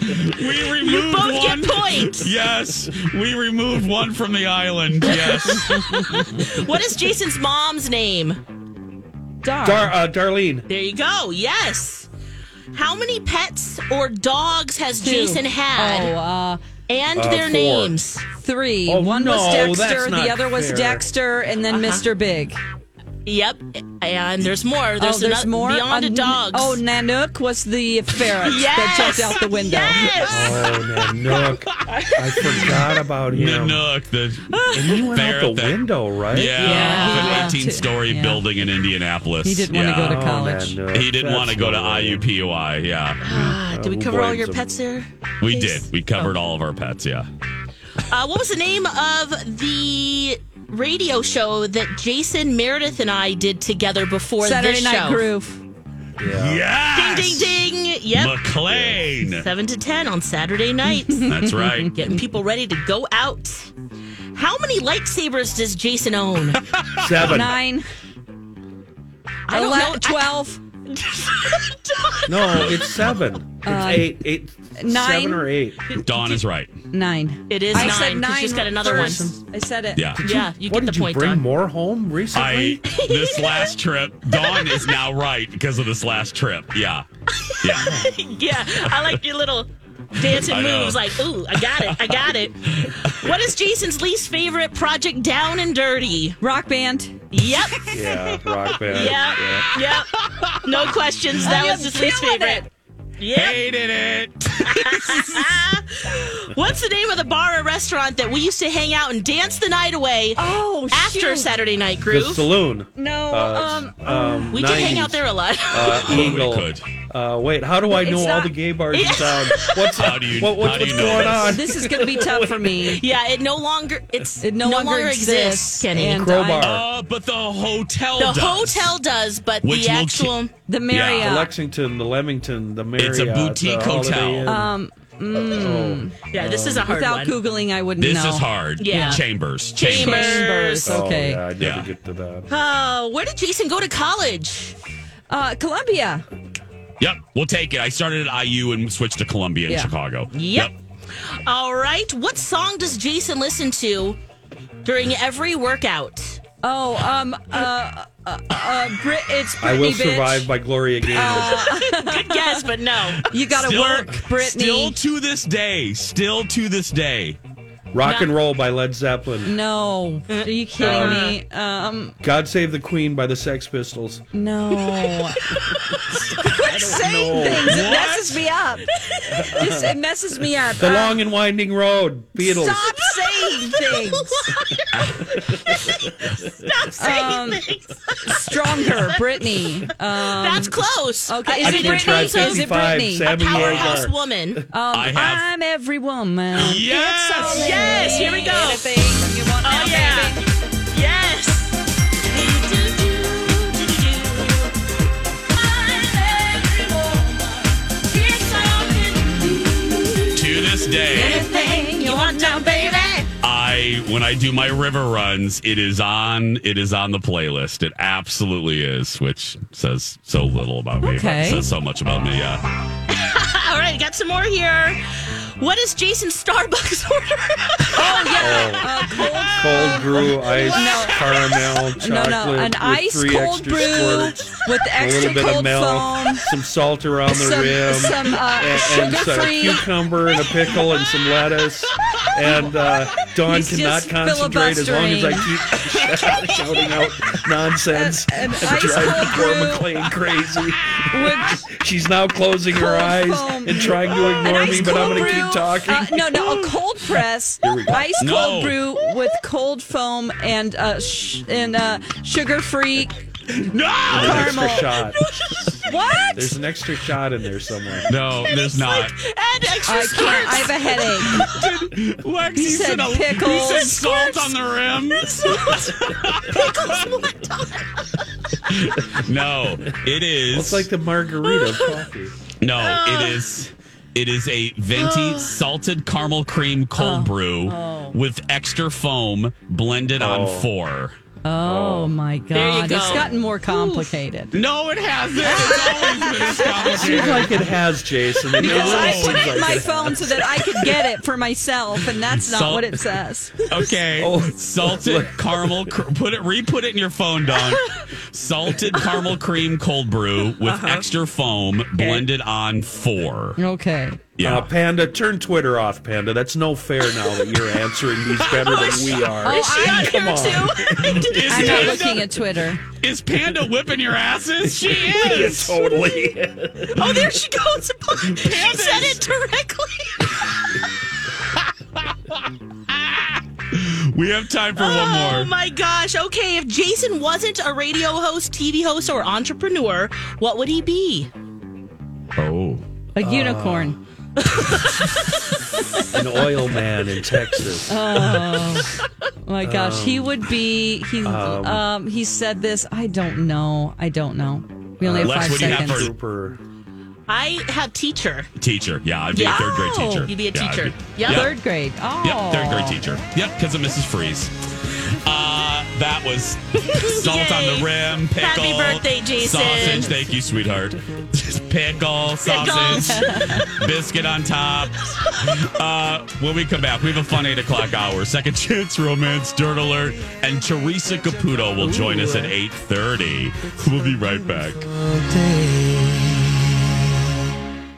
[SPEAKER 3] yes.
[SPEAKER 2] We removed
[SPEAKER 3] You both
[SPEAKER 2] one.
[SPEAKER 3] get points.
[SPEAKER 2] Yes, we removed one from the island. Yes.
[SPEAKER 3] What is Jason's mom's name?
[SPEAKER 4] Dar.
[SPEAKER 6] Dar- uh, Darlene,
[SPEAKER 3] There you go. Yes. How many pets or dogs has
[SPEAKER 4] Two.
[SPEAKER 3] Jason
[SPEAKER 4] Oh,
[SPEAKER 3] had?
[SPEAKER 4] uh,
[SPEAKER 3] and
[SPEAKER 6] Uh,
[SPEAKER 3] their
[SPEAKER 6] four.
[SPEAKER 3] names.
[SPEAKER 4] three.
[SPEAKER 6] Oh,
[SPEAKER 4] One was
[SPEAKER 6] no,
[SPEAKER 4] Dexter,
[SPEAKER 6] that's not
[SPEAKER 4] the other was
[SPEAKER 6] fair.
[SPEAKER 4] Dexter, and then
[SPEAKER 3] Uh-huh.
[SPEAKER 4] Mr. Big.
[SPEAKER 3] Oh, Yep. And there's more. There's,
[SPEAKER 4] oh, there's
[SPEAKER 3] another-
[SPEAKER 4] more
[SPEAKER 3] beyond
[SPEAKER 4] Uh,
[SPEAKER 3] a dogs.
[SPEAKER 4] Oh, Nanook was the ferret that
[SPEAKER 3] Yes!
[SPEAKER 4] jumped out the window.
[SPEAKER 3] Yes.
[SPEAKER 6] oh, Nanook. I forgot about him.
[SPEAKER 2] Nanook, the
[SPEAKER 6] And he went
[SPEAKER 2] Fair
[SPEAKER 6] out the
[SPEAKER 2] thing.
[SPEAKER 6] window, right?
[SPEAKER 2] yeah,
[SPEAKER 4] Yeah,
[SPEAKER 2] of
[SPEAKER 4] he
[SPEAKER 2] an
[SPEAKER 4] left it.
[SPEAKER 2] 18 story
[SPEAKER 4] Yeah.
[SPEAKER 2] building in Indianapolis.
[SPEAKER 4] He didn't wanna
[SPEAKER 2] Yeah.
[SPEAKER 4] go to college.
[SPEAKER 6] Oh, Nanook.
[SPEAKER 2] He didn't
[SPEAKER 6] That's
[SPEAKER 2] want to go to
[SPEAKER 6] no way.
[SPEAKER 2] IUPUI. Yeah,
[SPEAKER 3] Ah, did we
[SPEAKER 6] who
[SPEAKER 3] cover all
[SPEAKER 6] blames
[SPEAKER 3] your
[SPEAKER 6] him?
[SPEAKER 3] pets there?
[SPEAKER 2] we
[SPEAKER 3] Please?
[SPEAKER 2] did. We covered all of our pets. Yeah.
[SPEAKER 3] Uh, what was the name of the radio show that Jason Meredith and I did together before
[SPEAKER 4] Saturday
[SPEAKER 3] this
[SPEAKER 4] Night
[SPEAKER 3] show?
[SPEAKER 4] Groove.
[SPEAKER 6] Yeah.
[SPEAKER 2] Yes.
[SPEAKER 3] Ding ding ding. Yep.
[SPEAKER 2] McLean.
[SPEAKER 3] Seven to ten on Saturday nights.
[SPEAKER 2] That's right.
[SPEAKER 3] Getting people ready to go out. How many lightsabers does Jason own?
[SPEAKER 6] Seven.
[SPEAKER 4] Nine,
[SPEAKER 3] I don't know. I-
[SPEAKER 4] 11, 12,
[SPEAKER 6] No, it's seven. It's
[SPEAKER 3] Uh,
[SPEAKER 6] eight, eight,
[SPEAKER 4] nine.
[SPEAKER 6] seven or eight.
[SPEAKER 2] Dawn is right.
[SPEAKER 4] nine.
[SPEAKER 3] It is
[SPEAKER 4] I
[SPEAKER 3] nine.
[SPEAKER 4] said
[SPEAKER 3] 'cause
[SPEAKER 4] nine
[SPEAKER 3] She's got another
[SPEAKER 4] first.
[SPEAKER 3] one.
[SPEAKER 4] I said it.
[SPEAKER 2] Yeah.
[SPEAKER 3] Yeah, you
[SPEAKER 6] what
[SPEAKER 3] get
[SPEAKER 6] did
[SPEAKER 3] the point.
[SPEAKER 6] you bring
[SPEAKER 3] Dawn.
[SPEAKER 6] more home
[SPEAKER 2] I
[SPEAKER 6] recently?
[SPEAKER 2] this last trip, Dawn is now right because of this last trip. Yeah, yeah.
[SPEAKER 3] yeah, I like your little dancing
[SPEAKER 2] I know.
[SPEAKER 3] moves. Like, ooh, I got it, I got it. what is Jason's least favorite project? Down and dirty.
[SPEAKER 4] Rock band.
[SPEAKER 3] Yep,
[SPEAKER 6] yeah, rock band.
[SPEAKER 3] yep, yep. No questions. That was his least favorite.
[SPEAKER 12] Oh,
[SPEAKER 3] Yep.
[SPEAKER 2] Hated it.
[SPEAKER 3] What's the name of the bar or restaurant that we used to hang out and dance the night away
[SPEAKER 4] Oh,
[SPEAKER 3] after
[SPEAKER 4] shoot.
[SPEAKER 3] Saturday Night
[SPEAKER 6] The
[SPEAKER 3] Groove?
[SPEAKER 6] saloon.
[SPEAKER 4] No,
[SPEAKER 6] Uh,
[SPEAKER 4] um,
[SPEAKER 6] um,
[SPEAKER 3] we did hang
[SPEAKER 6] 90s,
[SPEAKER 3] out there a lot.
[SPEAKER 6] Uh,
[SPEAKER 2] we
[SPEAKER 6] Eagle.
[SPEAKER 2] could.
[SPEAKER 6] Uh, wait, how do I know all
[SPEAKER 4] not-
[SPEAKER 6] the gay bars in town? What's
[SPEAKER 2] How do you-
[SPEAKER 6] what, what,
[SPEAKER 2] how do
[SPEAKER 6] what's
[SPEAKER 2] you know
[SPEAKER 6] going
[SPEAKER 2] this?
[SPEAKER 6] on?
[SPEAKER 4] um, this is going to be tough for me.
[SPEAKER 3] yeah, it no longer it's
[SPEAKER 4] It no, longer, exists.
[SPEAKER 3] Kenny.
[SPEAKER 4] and
[SPEAKER 6] Crowbar.
[SPEAKER 4] I-
[SPEAKER 2] Uh, but the hotel.
[SPEAKER 3] the
[SPEAKER 2] does.
[SPEAKER 3] hotel does, but
[SPEAKER 2] Which
[SPEAKER 3] the
[SPEAKER 2] will
[SPEAKER 3] actual
[SPEAKER 4] the Marriott.
[SPEAKER 6] The Lexington, the Leamington, the Marriott.
[SPEAKER 2] It's a boutique
[SPEAKER 6] the Holiday
[SPEAKER 2] hotel.
[SPEAKER 6] Inn.
[SPEAKER 4] um,
[SPEAKER 6] Oh.
[SPEAKER 3] yeah, this is a hard
[SPEAKER 4] without
[SPEAKER 3] one.
[SPEAKER 4] googling, I wouldn't
[SPEAKER 2] This
[SPEAKER 4] know.
[SPEAKER 2] is hard.
[SPEAKER 3] Yeah.
[SPEAKER 2] Chambers.
[SPEAKER 3] Chambers.
[SPEAKER 4] Chambers.
[SPEAKER 6] Oh,
[SPEAKER 4] Okay.
[SPEAKER 6] yeah, I never
[SPEAKER 2] Yeah.
[SPEAKER 6] get to that.
[SPEAKER 3] Oh, where did Jason go to college?
[SPEAKER 4] Uh, Columbia.
[SPEAKER 2] Yep, we'll take it. I started at IU and switched to Columbia in
[SPEAKER 4] Yeah.
[SPEAKER 2] Chicago.
[SPEAKER 3] Yep. All right, what song does Jason listen to during every workout?
[SPEAKER 4] Oh, um, uh, uh, uh, uh Brit, it's Britney.
[SPEAKER 6] I will
[SPEAKER 4] bitch.
[SPEAKER 6] survive by Gloria
[SPEAKER 3] Uh,
[SPEAKER 6] Gaynor.
[SPEAKER 3] Good guess, but no.
[SPEAKER 4] You got to
[SPEAKER 2] Still-
[SPEAKER 4] work,
[SPEAKER 2] Still
[SPEAKER 4] Britney.
[SPEAKER 2] to this day. Still to this day.
[SPEAKER 6] Rock and Roll by Led Zeppelin.
[SPEAKER 4] no,
[SPEAKER 3] Uh,
[SPEAKER 4] are you kidding me? Um,
[SPEAKER 6] God Save the Queen by the Sex Pistols.
[SPEAKER 4] no. Quit saying
[SPEAKER 6] know.
[SPEAKER 4] things. It messes me up. Just, it messes me up.
[SPEAKER 6] The
[SPEAKER 4] Uh,
[SPEAKER 6] Long and Winding Road, Beatles.
[SPEAKER 4] Stop saying things.
[SPEAKER 3] Stop saying
[SPEAKER 4] Um,
[SPEAKER 3] things.
[SPEAKER 4] Stronger, Britney. Um,
[SPEAKER 3] That's close.
[SPEAKER 4] okay, is
[SPEAKER 3] Uh, is
[SPEAKER 4] it
[SPEAKER 3] Britney
[SPEAKER 6] Can't Drive
[SPEAKER 4] So is it
[SPEAKER 6] 55,
[SPEAKER 4] Britney?
[SPEAKER 3] a
[SPEAKER 6] Sammy
[SPEAKER 3] powerhouse
[SPEAKER 6] Hagar.
[SPEAKER 3] woman?
[SPEAKER 4] Um,
[SPEAKER 2] I have-
[SPEAKER 4] I'm every woman.
[SPEAKER 2] Yes!
[SPEAKER 4] It's all in
[SPEAKER 3] Yes, here we go.
[SPEAKER 4] Anything you want now,
[SPEAKER 3] Oh yeah.
[SPEAKER 4] baby.
[SPEAKER 3] Yes.
[SPEAKER 2] To this day,
[SPEAKER 4] Anything you want now, baby.
[SPEAKER 2] I when I do my river runs, it is on it is on the playlist. It absolutely is, which says so little about me,
[SPEAKER 4] Okay.
[SPEAKER 2] but says so much about me. Yeah.
[SPEAKER 3] All right, got some more here. What is Jason's Starbucks order?
[SPEAKER 4] Oh yeah. A cold
[SPEAKER 6] Cold brew, ice,
[SPEAKER 4] No.
[SPEAKER 6] caramel,
[SPEAKER 4] No,
[SPEAKER 6] chocolate.
[SPEAKER 4] no, an
[SPEAKER 6] with
[SPEAKER 4] ice
[SPEAKER 6] three
[SPEAKER 4] cold
[SPEAKER 6] extra
[SPEAKER 4] brew
[SPEAKER 6] squirts,
[SPEAKER 4] with the
[SPEAKER 6] a
[SPEAKER 4] extra
[SPEAKER 6] little bit
[SPEAKER 4] cold
[SPEAKER 6] of milk,
[SPEAKER 4] foam,
[SPEAKER 6] some salt around the
[SPEAKER 4] some
[SPEAKER 6] rim,
[SPEAKER 4] some uh,
[SPEAKER 6] and, and
[SPEAKER 4] sugar
[SPEAKER 6] some
[SPEAKER 4] free.
[SPEAKER 6] cucumber and a pickle and some lettuce, and uh, Dawn
[SPEAKER 4] He's
[SPEAKER 6] cannot
[SPEAKER 4] just
[SPEAKER 6] concentrate as long as I keep shouting out nonsense
[SPEAKER 4] An- an
[SPEAKER 6] and
[SPEAKER 4] ice
[SPEAKER 6] driving
[SPEAKER 4] cold
[SPEAKER 6] poor
[SPEAKER 4] brew.
[SPEAKER 6] McLean crazy. She's now closing her
[SPEAKER 4] Cold
[SPEAKER 6] eyes
[SPEAKER 4] foam.
[SPEAKER 6] and trying to
[SPEAKER 4] An
[SPEAKER 6] ignore
[SPEAKER 4] ice
[SPEAKER 6] me, but I'm
[SPEAKER 4] cold
[SPEAKER 6] going to
[SPEAKER 4] brew,
[SPEAKER 6] keep talking.
[SPEAKER 4] uh, no, no, a cold press,
[SPEAKER 6] Here we go.
[SPEAKER 4] ice
[SPEAKER 6] No.
[SPEAKER 4] cold brew with cold foam and uh, sh- and uh, sugar free.
[SPEAKER 2] No,
[SPEAKER 6] There's an extra
[SPEAKER 4] caramel.
[SPEAKER 6] shot.
[SPEAKER 4] What?
[SPEAKER 6] There's an extra shot in there somewhere.
[SPEAKER 2] No, there's not.
[SPEAKER 3] Add extra
[SPEAKER 4] I can't. I have a headache.
[SPEAKER 2] Lex,
[SPEAKER 4] He
[SPEAKER 2] he
[SPEAKER 4] said
[SPEAKER 2] said, a- He
[SPEAKER 4] pickles.
[SPEAKER 2] said salt on the rim. no, it is.
[SPEAKER 6] It's like the margarita of coffee.
[SPEAKER 2] No,
[SPEAKER 4] Ah.
[SPEAKER 2] it is. It is a venti salted caramel cream cold brew
[SPEAKER 4] Oh.
[SPEAKER 2] with extra foam blended
[SPEAKER 6] Oh.
[SPEAKER 2] on four.
[SPEAKER 4] Oh, my
[SPEAKER 3] There you
[SPEAKER 4] god! It's
[SPEAKER 3] go.
[SPEAKER 4] gotten more complicated.
[SPEAKER 2] No, it hasn't. It's always been this
[SPEAKER 6] It seems
[SPEAKER 2] complicated.
[SPEAKER 6] like it has, Jason. It
[SPEAKER 2] No.
[SPEAKER 6] really
[SPEAKER 4] I
[SPEAKER 6] seems
[SPEAKER 4] put it
[SPEAKER 6] like
[SPEAKER 4] in my
[SPEAKER 6] it
[SPEAKER 4] phone so that I could get it for myself, and that's not
[SPEAKER 2] Salt-
[SPEAKER 4] what it says.
[SPEAKER 2] Okay, salted caramel. Cr- put it, re-put it in your phone, Don. salted caramel cream cold brew with
[SPEAKER 3] Uh-huh.
[SPEAKER 2] extra foam blended on four.
[SPEAKER 4] Okay.
[SPEAKER 2] Yeah.
[SPEAKER 6] Uh, Panda, turn Twitter off, Panda. That's no fair now that you're answering these better than we are.
[SPEAKER 4] Oh, I'm
[SPEAKER 6] Come on.
[SPEAKER 2] Is
[SPEAKER 4] I'm not
[SPEAKER 2] Panda-
[SPEAKER 4] looking at Twitter.
[SPEAKER 2] Is Panda whipping your asses? She is.
[SPEAKER 6] Totally. is.
[SPEAKER 3] Oh, there she goes. she said it directly.
[SPEAKER 2] We have time for one
[SPEAKER 3] Oh
[SPEAKER 2] more.
[SPEAKER 3] my gosh. Okay, if Jason wasn't a radio host, TV host, or entrepreneur, what would he be?
[SPEAKER 2] Oh.
[SPEAKER 4] A unicorn.
[SPEAKER 6] An oil man in Texas.
[SPEAKER 4] Oh my gosh, he would be. He um,
[SPEAKER 6] um,
[SPEAKER 4] he said this. I don't know. I don't know. We only have
[SPEAKER 2] uh, Lex,
[SPEAKER 4] five
[SPEAKER 2] what do you have
[SPEAKER 4] seconds.
[SPEAKER 2] for-
[SPEAKER 6] Trooper.
[SPEAKER 3] I have teacher.
[SPEAKER 2] Teacher. Yeah, I'd be
[SPEAKER 3] Yeah.
[SPEAKER 2] a third grade
[SPEAKER 3] Oh,
[SPEAKER 2] teacher.
[SPEAKER 3] you'd be a
[SPEAKER 2] Yeah, I'd
[SPEAKER 3] teacher.
[SPEAKER 2] be-
[SPEAKER 3] Yep.
[SPEAKER 4] Third grade. Oh,
[SPEAKER 2] Yep, third grade teacher. Yep, because of Mrs. Freeze. Uh, that was salt on the
[SPEAKER 3] Yay.
[SPEAKER 2] rim, pickle.
[SPEAKER 3] Happy birthday, Jason.
[SPEAKER 2] Sausage, thank you, sweetheart. pickle, sausage, biscuit on top. Uh, when we come back, we have a fun 8 o'clock hour. Second Chance Romance, Dirt Alert, and Teresa Caputo will join us at 8.30. We'll be right back.
[SPEAKER 10] All day.